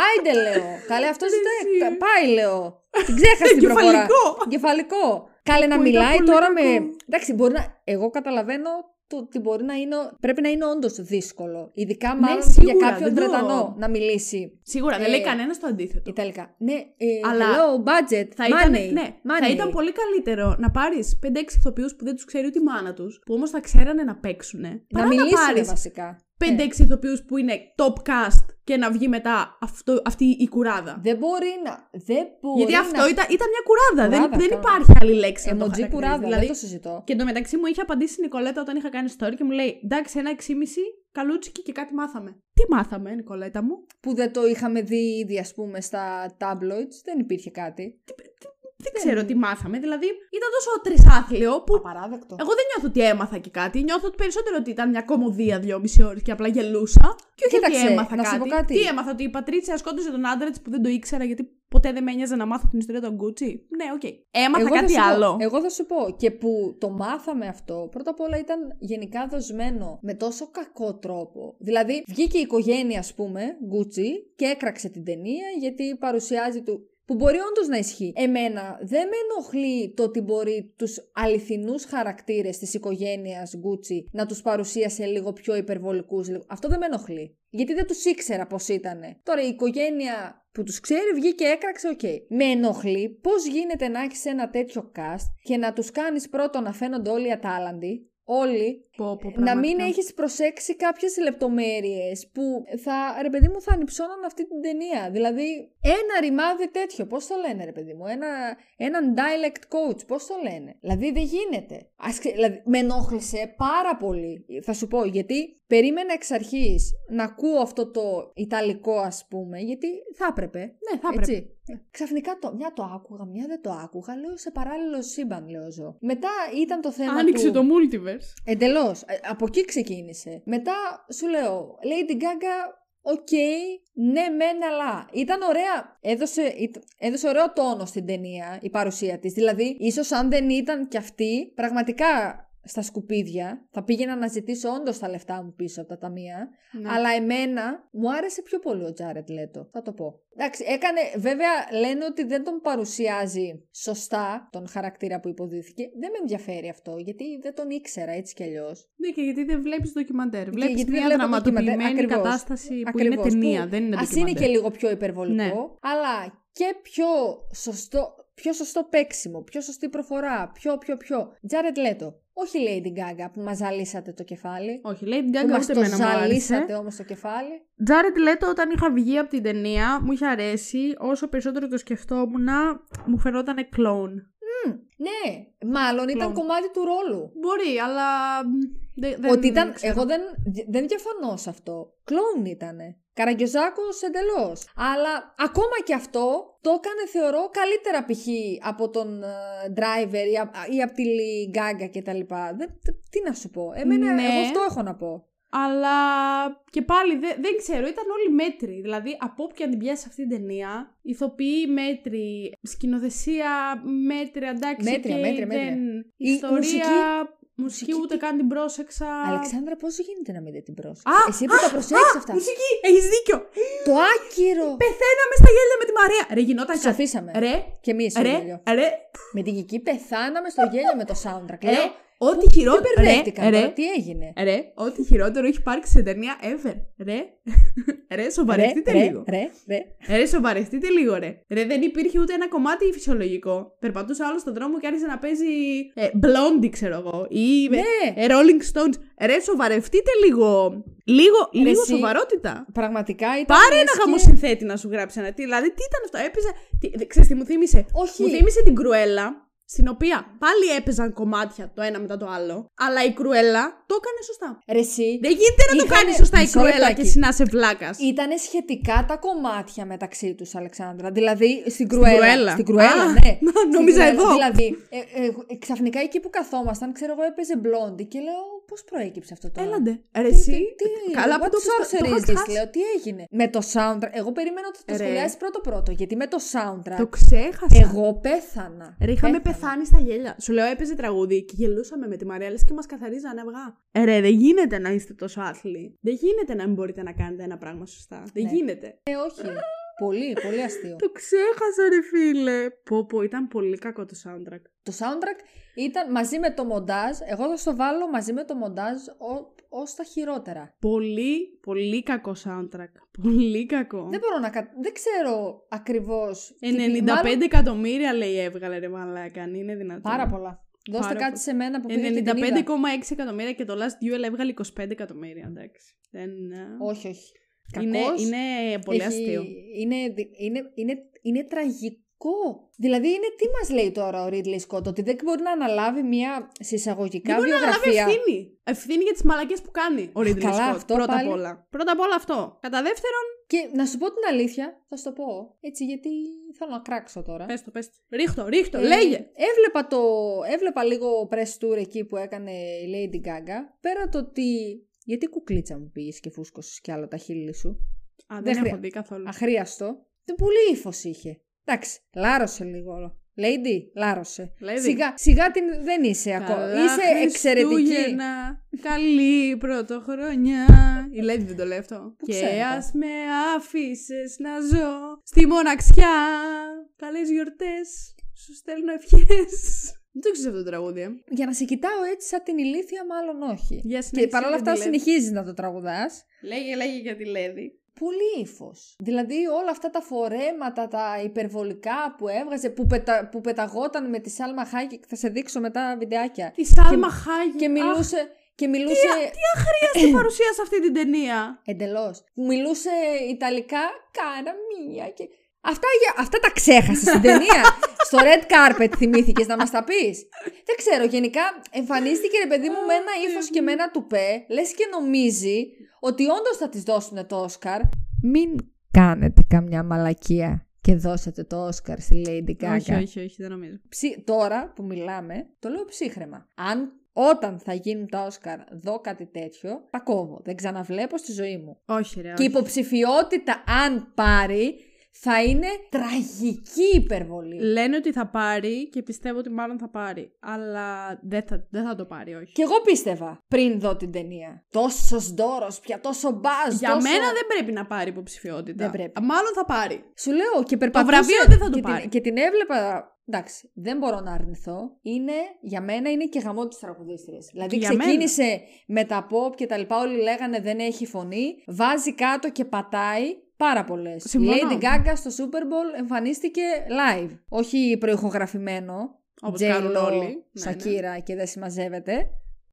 [SPEAKER 2] Άιντε λέω. Καλέ αυτός
[SPEAKER 1] Εσύ.
[SPEAKER 2] δεν πάει λέω. Την ξέχασε την προφορά.
[SPEAKER 1] Εγκεφαλικό.
[SPEAKER 2] Κεφαλικό. Κάλε να
[SPEAKER 1] Που ήταν
[SPEAKER 2] μιλάει
[SPEAKER 1] πολύ
[SPEAKER 2] τώρα με.
[SPEAKER 1] κακό.
[SPEAKER 2] Εντάξει, μπορεί να. Εγώ καταλαβαίνω το ότι μπορεί να είναι. Πρέπει να είναι όντως δύσκολο. Ειδικά μάλλον
[SPEAKER 1] Ναι, σίγουρα,
[SPEAKER 2] για κάποιον
[SPEAKER 1] δεν το-
[SPEAKER 2] Βρετανό να μιλήσει
[SPEAKER 1] Σίγουρα,
[SPEAKER 2] Ε,
[SPEAKER 1] δεν λέει κανένας το αντίθετο.
[SPEAKER 2] Ιταλικά. Ναι, ε,
[SPEAKER 1] Αλλά
[SPEAKER 2] hello, budget,
[SPEAKER 1] Θα
[SPEAKER 2] money.
[SPEAKER 1] ήταν, ναι,
[SPEAKER 2] money.
[SPEAKER 1] θα ήταν πολύ καλύτερο να πάρεις 5-6 ηθοποιούς που δεν τους ξέρει ούτε η μάνα τους, που όμως θα ξέρανε να παίξουν.
[SPEAKER 2] Να
[SPEAKER 1] παρά να
[SPEAKER 2] μιλήσει
[SPEAKER 1] πάρεις
[SPEAKER 2] βασικά.
[SPEAKER 1] 5-6 ηθοποιούς που είναι top cast και να βγει μετά αυτό, αυτή η κουράδα.
[SPEAKER 2] Δεν μπορεί να. Δεν μπορεί
[SPEAKER 1] Γιατί αυτό
[SPEAKER 2] να...
[SPEAKER 1] ήταν, ήταν μια κουράδα. δεν-
[SPEAKER 2] Κουράδα,
[SPEAKER 1] δεν,
[SPEAKER 2] καλά.
[SPEAKER 1] υπάρχει άλλη λέξη να το
[SPEAKER 2] Εμοτζή
[SPEAKER 1] χαρακτηρίζεις.
[SPEAKER 2] κουράδα,
[SPEAKER 1] Δηλαδή,
[SPEAKER 2] δεν το συζητώ.
[SPEAKER 1] Και εντωμεταξύ μου είχε απαντήσει η Νικολέτα όταν είχα κάνει story και μου λέει: Εντάξει, ένα 6,5 καλούτσικι και κάτι μάθαμε. Τι μάθαμε, Νικολέτα μου.
[SPEAKER 2] Που δεν το είχαμε δει ήδη, ας πούμε, στα tabloids. Δεν υπήρχε κάτι.
[SPEAKER 1] Δεν ξέρω τι μάθαμε. Δηλαδή, ήταν τόσο τρισάθλιο που.
[SPEAKER 2] Απαράδεκτο.
[SPEAKER 1] Εγώ δεν νιώθω ότι έμαθα και κάτι. Νιώθω ότι περισσότερο ότι ήταν μια κομμωδία δυόμιση ώρες και απλά γελούσα. Και όχι
[SPEAKER 2] Κοίταξε,
[SPEAKER 1] ότι έμαθα
[SPEAKER 2] να σου
[SPEAKER 1] κάτι.
[SPEAKER 2] πω κάτι.
[SPEAKER 1] Τι έμαθα, ότι η Πατρίτσια σκότωσε τον άντρα τη που δεν το ήξερα γιατί ποτέ δεν με ένοιαζε να μάθω την ιστορία του Αγκούτσι. Ναι, οκ. Έμαθα
[SPEAKER 2] θα
[SPEAKER 1] κάτι
[SPEAKER 2] σου πω-
[SPEAKER 1] άλλο.
[SPEAKER 2] εγώ θα σου πω και που το μάθαμε αυτό, πρώτα απ' όλα ήταν γενικά δοσμένο με τόσο κακό τρόπο. Δηλαδή, βγήκε η οικογένεια, ας πούμε, Gucci, και έκραξε την ταινία γιατί παρουσιάζει του. Που μπορεί όντως να ισχύει. Εμένα δεν με ενοχλεί το ότι μπορεί τους αληθινούς χαρακτήρες της οικογένειας Gucci να τους παρουσίασε λίγο πιο υπερβολικούς. Αυτό δεν με ενοχλεί. Γιατί δεν τους ήξερα πώς ήταν. Τώρα η οικογένεια που τους ξέρει βγήκε έκραξε, οκ. Με ενοχλεί πώς γίνεται να έχεις ένα τέτοιο cast και να τους κάνεις πρώτο να φαίνονται όλοι ατάλλαντοι. Όλοι
[SPEAKER 1] Πω, πω,
[SPEAKER 2] να μην
[SPEAKER 1] πραγματικά.
[SPEAKER 2] έχεις προσέξει κάποιες λεπτομέρειες που θα, ρε παιδί μου, θα ανυψώναν αυτή την ταινία. Δηλαδή, ένα ρημάδι τέτοιο, πώς το λένε ρε παιδί μου, ένα, έναν dialect coach, πώς το λένε. Δηλαδή, δεν γίνεται. Ας, ξε- δηλαδή, με ενόχλησε πάρα πολύ, θα σου πω, γιατί Περίμενα εξ αρχής να ακούω αυτό το ιταλικό, ας πούμε, γιατί θα έπρεπε.
[SPEAKER 1] Ναι, θα
[SPEAKER 2] Έτσι.
[SPEAKER 1] έπρεπε.
[SPEAKER 2] Ξαφνικά το, μια το άκουγα, μια δεν το άκουγα. Λέω σε παράλληλο σύμπαν, λέω ζω. Μετά ήταν το θέμα.
[SPEAKER 1] Άνοιξε
[SPEAKER 2] του...
[SPEAKER 1] το multiverse.
[SPEAKER 2] Εντελώς. Ε, Από εκεί ξεκίνησε. Μετά σου λέω, Lady Gaga, οκ, ναι, μεν, αλλά. Ήταν ωραία. Έδωσε, ήταν- έδωσε ωραίο τόνο στην ταινία η παρουσία της. Δηλαδή, ίσως αν δεν ήταν κι αυτή, πραγματικά στα σκουπίδια, θα πήγαινα να ζητήσω όντως τα λεφτά μου πίσω από τα ταμεία.
[SPEAKER 1] Ναι.
[SPEAKER 2] Αλλά εμένα μου άρεσε πιο πολύ ο Τζάρετ Λέτο. Θα το πω. Εντάξει, έκανε. Βέβαια, λένε ότι δεν τον παρουσιάζει σωστά τον χαρακτήρα που υποδίθηκε. Δεν με ενδιαφέρει αυτό, γιατί δεν τον ήξερα έτσι κι αλλιώς.
[SPEAKER 1] Ναι, και γιατί δεν βλέπεις ντοκιμαντέρ. Βλέπεις
[SPEAKER 2] γιατί δεν
[SPEAKER 1] μια
[SPEAKER 2] βλέπω ντοκιμαντέρ,
[SPEAKER 1] δραματοποιημένη
[SPEAKER 2] ακριβώς.
[SPEAKER 1] κατάσταση που
[SPEAKER 2] Ακριβώς,
[SPEAKER 1] είναι ταινία,
[SPEAKER 2] που
[SPEAKER 1] δεν είναι
[SPEAKER 2] Ας
[SPEAKER 1] ντοκιμαντέρ.
[SPEAKER 2] είναι και λίγο πιο υπερβολικό,
[SPEAKER 1] Ναι.
[SPEAKER 2] αλλά και πιο σωστό, πιο σωστό παίξιμο, πιο σωστή προφορά, πιο, πιο, πιο. Τζάρετ Λέτο. Όχι Lady Gaga που μας ζαλίσατε το κεφάλι.
[SPEAKER 1] Όχι, Lady
[SPEAKER 2] που
[SPEAKER 1] Gaga
[SPEAKER 2] μας
[SPEAKER 1] ούτε
[SPEAKER 2] το
[SPEAKER 1] εμένα μου άρεσε.
[SPEAKER 2] ζαλίσατε όμως το κεφάλι.
[SPEAKER 1] Τζάρετ Λέτο όταν είχα βγει από την ταινία μου είχε αρέσει. Όσο περισσότερο το σκεφτόμουν, μου φαινόταν κλόουν.
[SPEAKER 2] Ναι, μάλλον ήταν
[SPEAKER 1] Clown.
[SPEAKER 2] κομμάτι του ρόλου.
[SPEAKER 1] Μπορεί, αλλά. μ, δε- δεν
[SPEAKER 2] Ότι ήταν,
[SPEAKER 1] ξέρω.
[SPEAKER 2] εγώ δεν, δεν διαφωνώ σε αυτό. Κλόουν ήτανε. Καραγκιοζάκος εντελώς. Αλλά ακόμα και αυτό το έκανε θεωρώ καλύτερα π.χ. από τον ε, driver ή, απ- ή από τη Γκάγκα κτλ. Δεν, τ- τι να σου πω. Εμένα,
[SPEAKER 1] Ναι.
[SPEAKER 2] εγώ αυτό έχω να πω.
[SPEAKER 1] Αλλά και πάλι δεν, δεν ξέρω, ήταν όλοι μέτροι. Δηλαδή, από όπου και αν την πιάσει αυτή την ταινία, ηθοποιοί μέτρη, σκηνοθεσία μέτρη, εντάξει.
[SPEAKER 2] Μέτρια,
[SPEAKER 1] και
[SPEAKER 2] μέτρια, μέτρια.
[SPEAKER 1] δεν-
[SPEAKER 2] Η
[SPEAKER 1] Ιστορία,
[SPEAKER 2] μουσική-
[SPEAKER 1] μουσική,
[SPEAKER 2] μουσική
[SPEAKER 1] ούτε
[SPEAKER 2] τι-
[SPEAKER 1] καν την πρόσεξα.
[SPEAKER 2] Αλεξάνδρα, πώς γίνεται να μην δεν την πρόσεξε.
[SPEAKER 1] Α,
[SPEAKER 2] Εσύ που τα προσέχεις αυτά.
[SPEAKER 1] Μουσική, έχεις δίκιο.
[SPEAKER 2] Το άκυρο.
[SPEAKER 1] Πεθαίναμε στα γέλια με τη Μαρία. Ρε, γινόταν κάτι.
[SPEAKER 2] Σοφίσαμε.
[SPEAKER 1] Ρε,
[SPEAKER 2] Και εμείς στο
[SPEAKER 1] ρε,
[SPEAKER 2] γέλιο.
[SPEAKER 1] ρε,
[SPEAKER 2] Με την κική πεθάναμε στο γέλιο με το soundtrack.
[SPEAKER 1] ρε.
[SPEAKER 2] Λέω,
[SPEAKER 1] Ό,τι
[SPEAKER 2] δεν
[SPEAKER 1] χειρότερο.
[SPEAKER 2] μπερδεύτηκα.
[SPEAKER 1] Ρε, ρε, Ε,
[SPEAKER 2] τώρα, Τι έγινε.
[SPEAKER 1] ρε, ό,τι χειρότερο έχει υπάρξει σε ταινία ever. Ρε, ρε, σοβαρευτείτε
[SPEAKER 2] ρε,
[SPEAKER 1] λίγο.
[SPEAKER 2] ρε, ρε.
[SPEAKER 1] Ρε, σοβαρευτείτε λίγο, ρε. Ρε, δεν υπήρχε ούτε ένα κομμάτι φυσιολογικό. Περπατούσε άλλο στον δρόμο και άρχισε να παίζει ε, Blondie, ξέρω εγώ. Ή
[SPEAKER 2] Ναι.
[SPEAKER 1] ε, Rolling Stones. Ρε, σοβαρευτείτε λίγο. Λίγο, λίγο
[SPEAKER 2] εσύ.
[SPEAKER 1] σοβαρότητα.
[SPEAKER 2] Πραγματικά ήταν.
[SPEAKER 1] Πάρε
[SPEAKER 2] λες
[SPEAKER 1] ένα
[SPEAKER 2] και-
[SPEAKER 1] γαμοσυνθέτη να σου γράψει ένα. τι- Δηλαδή, τι ήταν αυτό. Έπαιζε. Τι, δε- ξέρεις τι μου θύμισε.
[SPEAKER 2] Όχι.
[SPEAKER 1] Μου θύμισε την κρουέλα, στην οποία πάλι έπαιζαν κομμάτια το ένα μετά το άλλο. Αλλά η κρουέλα το έκανε σωστά.
[SPEAKER 2] Ρε εσύ,
[SPEAKER 1] Δεν γίνεται να το
[SPEAKER 2] Είχανε-
[SPEAKER 1] κάνεις σωστά η
[SPEAKER 2] Μισό
[SPEAKER 1] κρουέλα
[SPEAKER 2] λεπτάκι.
[SPEAKER 1] και εσύ να είσαι βλάκας.
[SPEAKER 2] ήταν σχετικά τα κομμάτια μεταξύ τους, Αλεξάνδρα. Δηλαδή, στην κρουέλα.
[SPEAKER 1] κρουέλα.
[SPEAKER 2] Στην κρουέλα,
[SPEAKER 1] Α,
[SPEAKER 2] ναι.
[SPEAKER 1] νο-
[SPEAKER 2] Στην
[SPEAKER 1] νόμιζα
[SPEAKER 2] κρουέλα.
[SPEAKER 1] εδώ.
[SPEAKER 2] Δηλαδή, ε, ε, ε, ξαφνικά εκεί που καθόμασταν, ξέρω εγώ, έπαιζε μπλόντι και λέω, πώς προέκυψε αυτό τώρα.
[SPEAKER 1] Έλαντε. Ρε,
[SPEAKER 2] Τι-
[SPEAKER 1] εσύ.
[SPEAKER 2] τι- τι-
[SPEAKER 1] Καλά
[SPEAKER 2] what
[SPEAKER 1] που το ξα- το
[SPEAKER 2] sorcery
[SPEAKER 1] είχα
[SPEAKER 2] is this,
[SPEAKER 1] ξεχάσει.
[SPEAKER 2] λέω, τι έγινε. Με το soundtrack, εγώ περίμενα ότι θα το
[SPEAKER 1] Ρε.
[SPEAKER 2] σχολιάσεις πρώτο-πρώτο, γιατί με το soundtrack
[SPEAKER 1] Το Ε, ξέχασα.
[SPEAKER 2] εγώ πέθανα.
[SPEAKER 1] Ρε, είχαμε
[SPEAKER 2] Πέθανα.
[SPEAKER 1] πεθάνει στα γέλια. Σου λέω, έπαιζε τραγούδι και γελούσαμε με τη Μαρία, λες και μας καθαρίζανε αυγά. Ε, Ρε, δεν γίνεται να είστε τόσο άθλοι. Δεν γίνεται να μην μπορείτε να κάνετε ένα πράγμα σωστά. Δεν
[SPEAKER 2] Ναι.
[SPEAKER 1] γίνεται.
[SPEAKER 2] Ε, όχι. πολύ, πολύ αστείο.
[SPEAKER 1] Το ξέχασα ρε φίλε. Πω πω, ήταν πολύ κακό το soundtrack.
[SPEAKER 2] Το soundtrack ήταν μαζί με το μοντάζ. Εγώ θα στο βάλω μαζί με το μοντάζ ω- ως τα χειρότερα.
[SPEAKER 1] Πολύ, πολύ κακό soundtrack. Πολύ κακό.
[SPEAKER 2] Δεν μπορώ να κα... Δεν ξέρω ακριβώς... τι
[SPEAKER 1] 95
[SPEAKER 2] πει- μάλλον
[SPEAKER 1] εκατομμύρια λέει έβγαλε ρε μαλάκα, αν είναι δυνατόν.
[SPEAKER 2] Πάρα πολλά. Δώστε
[SPEAKER 1] Πάρα Ε,
[SPEAKER 2] κάτι
[SPEAKER 1] πολλά.
[SPEAKER 2] σε μένα που πήγα και την
[SPEAKER 1] 95,6
[SPEAKER 2] είδα.
[SPEAKER 1] εκατομμύρια και το Last Duel έβγαλε 25 εκατομμύρια, εντάξει. Δεν... ε,
[SPEAKER 2] Όχι, όχι.
[SPEAKER 1] είναι,
[SPEAKER 2] Κακός.
[SPEAKER 1] είναι πολύ
[SPEAKER 2] Έχει-
[SPEAKER 1] αστείο.
[SPEAKER 2] Είναι, δι- είναι, είναι, είναι τραγικό. Δηλαδή, είναι τι μας λέει τώρα ο Ρίτλι Σκότ, ότι δεν μπορεί να αναλάβει μια συσσαγωγικά
[SPEAKER 1] Δεν μπορεί να αναλάβει
[SPEAKER 2] βιογραφία.
[SPEAKER 1] ευθύνη. Ευθύνη για τις μαλακές που κάνει ο Ridley
[SPEAKER 2] καλά,
[SPEAKER 1] Scott,
[SPEAKER 2] αυτό
[SPEAKER 1] πρώτα
[SPEAKER 2] πάλι.
[SPEAKER 1] απ' όλα. Πρώτα απ' όλα αυτό. Κατά δεύτερον,
[SPEAKER 2] Και να σου πω την αλήθεια, θα σου το πω έτσι, γιατί θέλω να κράξω τώρα.
[SPEAKER 1] πες το, πες το. Ρίχτο, ρίχτο,
[SPEAKER 2] Ε,
[SPEAKER 1] λέγε.
[SPEAKER 2] Έβλεπα, το, έβλεπα λίγο press tour εκεί που έκανε η Lady Gaga. Πέρα το ότι. Γιατί κουκλίτσα μου πήγες και φούσκωσες κι άλλο τα χείλη σου.
[SPEAKER 1] Α,
[SPEAKER 2] δεν
[SPEAKER 1] δεν έχω
[SPEAKER 2] χρεια-
[SPEAKER 1] δει καθόλου.
[SPEAKER 2] Αχρίαστο. Δεν πολύ ύφος είχε. Εντάξει, λάρωσε λίγο όλο. Lady, λάρωσε.
[SPEAKER 1] Lady.
[SPEAKER 2] Σιγά, σιγά την δεν είσαι ακόμα.
[SPEAKER 1] Καλά
[SPEAKER 2] Είσαι εξαιρετική.
[SPEAKER 1] Χριστούγεννα, καλή πρωτοχρονιά. Η Lady δεν το λέει αυτό.
[SPEAKER 2] Πού
[SPEAKER 1] και
[SPEAKER 2] ξέρω το.
[SPEAKER 1] ας με άφησες να ζω στη μοναξιά. Καλές γιορτές. Σου στέλνω ευχές. Δεν το ξέρει αυτό το τραγούδι. ε.
[SPEAKER 2] Για να σε κοιτάω έτσι σαν την ηλίθια, μάλλον όχι.
[SPEAKER 1] Για
[SPEAKER 2] και
[SPEAKER 1] συνέχισε
[SPEAKER 2] παρόλα
[SPEAKER 1] για τη
[SPEAKER 2] αυτά
[SPEAKER 1] Lady.
[SPEAKER 2] συνεχίζεις να το τραγουδάς.
[SPEAKER 1] Λέγε, λέγε για τη Lady.
[SPEAKER 2] πολύ ύφος. Δηλαδή όλα αυτά τα φορέματα, τα υπερβολικά που έβγαζε, που, πετα, που πεταγόταν με τη Σάλμα Χάκη, θα σε δείξω μετά βιντεάκια.
[SPEAKER 1] Τη Σάλμα Χάγη.
[SPEAKER 2] Και μιλούσε. και μιλούσε.
[SPEAKER 1] Αχρίαστη παρουσία σε αυτή την ταινία.
[SPEAKER 2] Εντελώς. Μιλούσε Ιταλικά, κάρα μία. Και... Αυτά, για... Αυτά τα ξέχασες στην ταινία. Στο red carpet θυμήθηκες να μας τα πεις. Δεν ξέρω, γενικά εμφανίστηκε ρε παιδί μου με ένα ύφος και με ένα τουπέ. Λες και νομίζει ότι όντως θα της δώσουν το Όσκαρ. Μην κάνετε καμιά μαλακία και δώσετε το Όσκαρ στη Lady Gaga.
[SPEAKER 1] Όχι, όχι, όχι, δεν νομίζω.
[SPEAKER 2] Ψι... Τώρα που μιλάμε, το λέω ψύχρεμα. Αν όταν θα γίνουν τα Όσκαρ δω κάτι τέτοιο, τα κόβω. Δεν ξαναβλέπω στη ζωή μου.
[SPEAKER 1] Όχι, ρε.
[SPEAKER 2] Και η
[SPEAKER 1] όχι.
[SPEAKER 2] υποψηφιότητα, αν πάρει, θα είναι τραγική υπερβολή.
[SPEAKER 1] Λένε ότι θα πάρει και πιστεύω ότι μάλλον θα πάρει. Αλλά δεν θα, δεν θα το πάρει, όχι.
[SPEAKER 2] Και εγώ πίστευα πριν δω την ταινία. Τόσος δώρο, πια τόσο μπάζ.
[SPEAKER 1] Για
[SPEAKER 2] τόσο...
[SPEAKER 1] μένα δεν πρέπει να πάρει υποψηφιότητα.
[SPEAKER 2] Δεν πρέπει.
[SPEAKER 1] Μάλλον θα πάρει.
[SPEAKER 2] Σου λέω και περπατούσα.
[SPEAKER 1] βραβείο δεν θα το
[SPEAKER 2] και
[SPEAKER 1] πάρει.
[SPEAKER 2] Την, και την έβλεπα. Εντάξει, δεν μπορώ να αρνηθώ. Είναι, για μένα είναι και γαμό της τραγουδίστριας. Δηλαδή
[SPEAKER 1] για μένα.
[SPEAKER 2] ξεκίνησε με τα pop και τα λοιπά. Όλοι λέγανε δεν έχει φωνή. Βάζει κάτω και πατάει. Πάρα πολλές. Η
[SPEAKER 1] Συμφωνώ.
[SPEAKER 2] Lady Gaga στο Super Bowl εμφανίστηκε live. Όχι προηχογραφημένο.
[SPEAKER 1] Όπως
[SPEAKER 2] J-Lo,
[SPEAKER 1] κάνουν όλοι. Ναι, ναι.
[SPEAKER 2] Σακύρα και δεν συμμαζεύεται.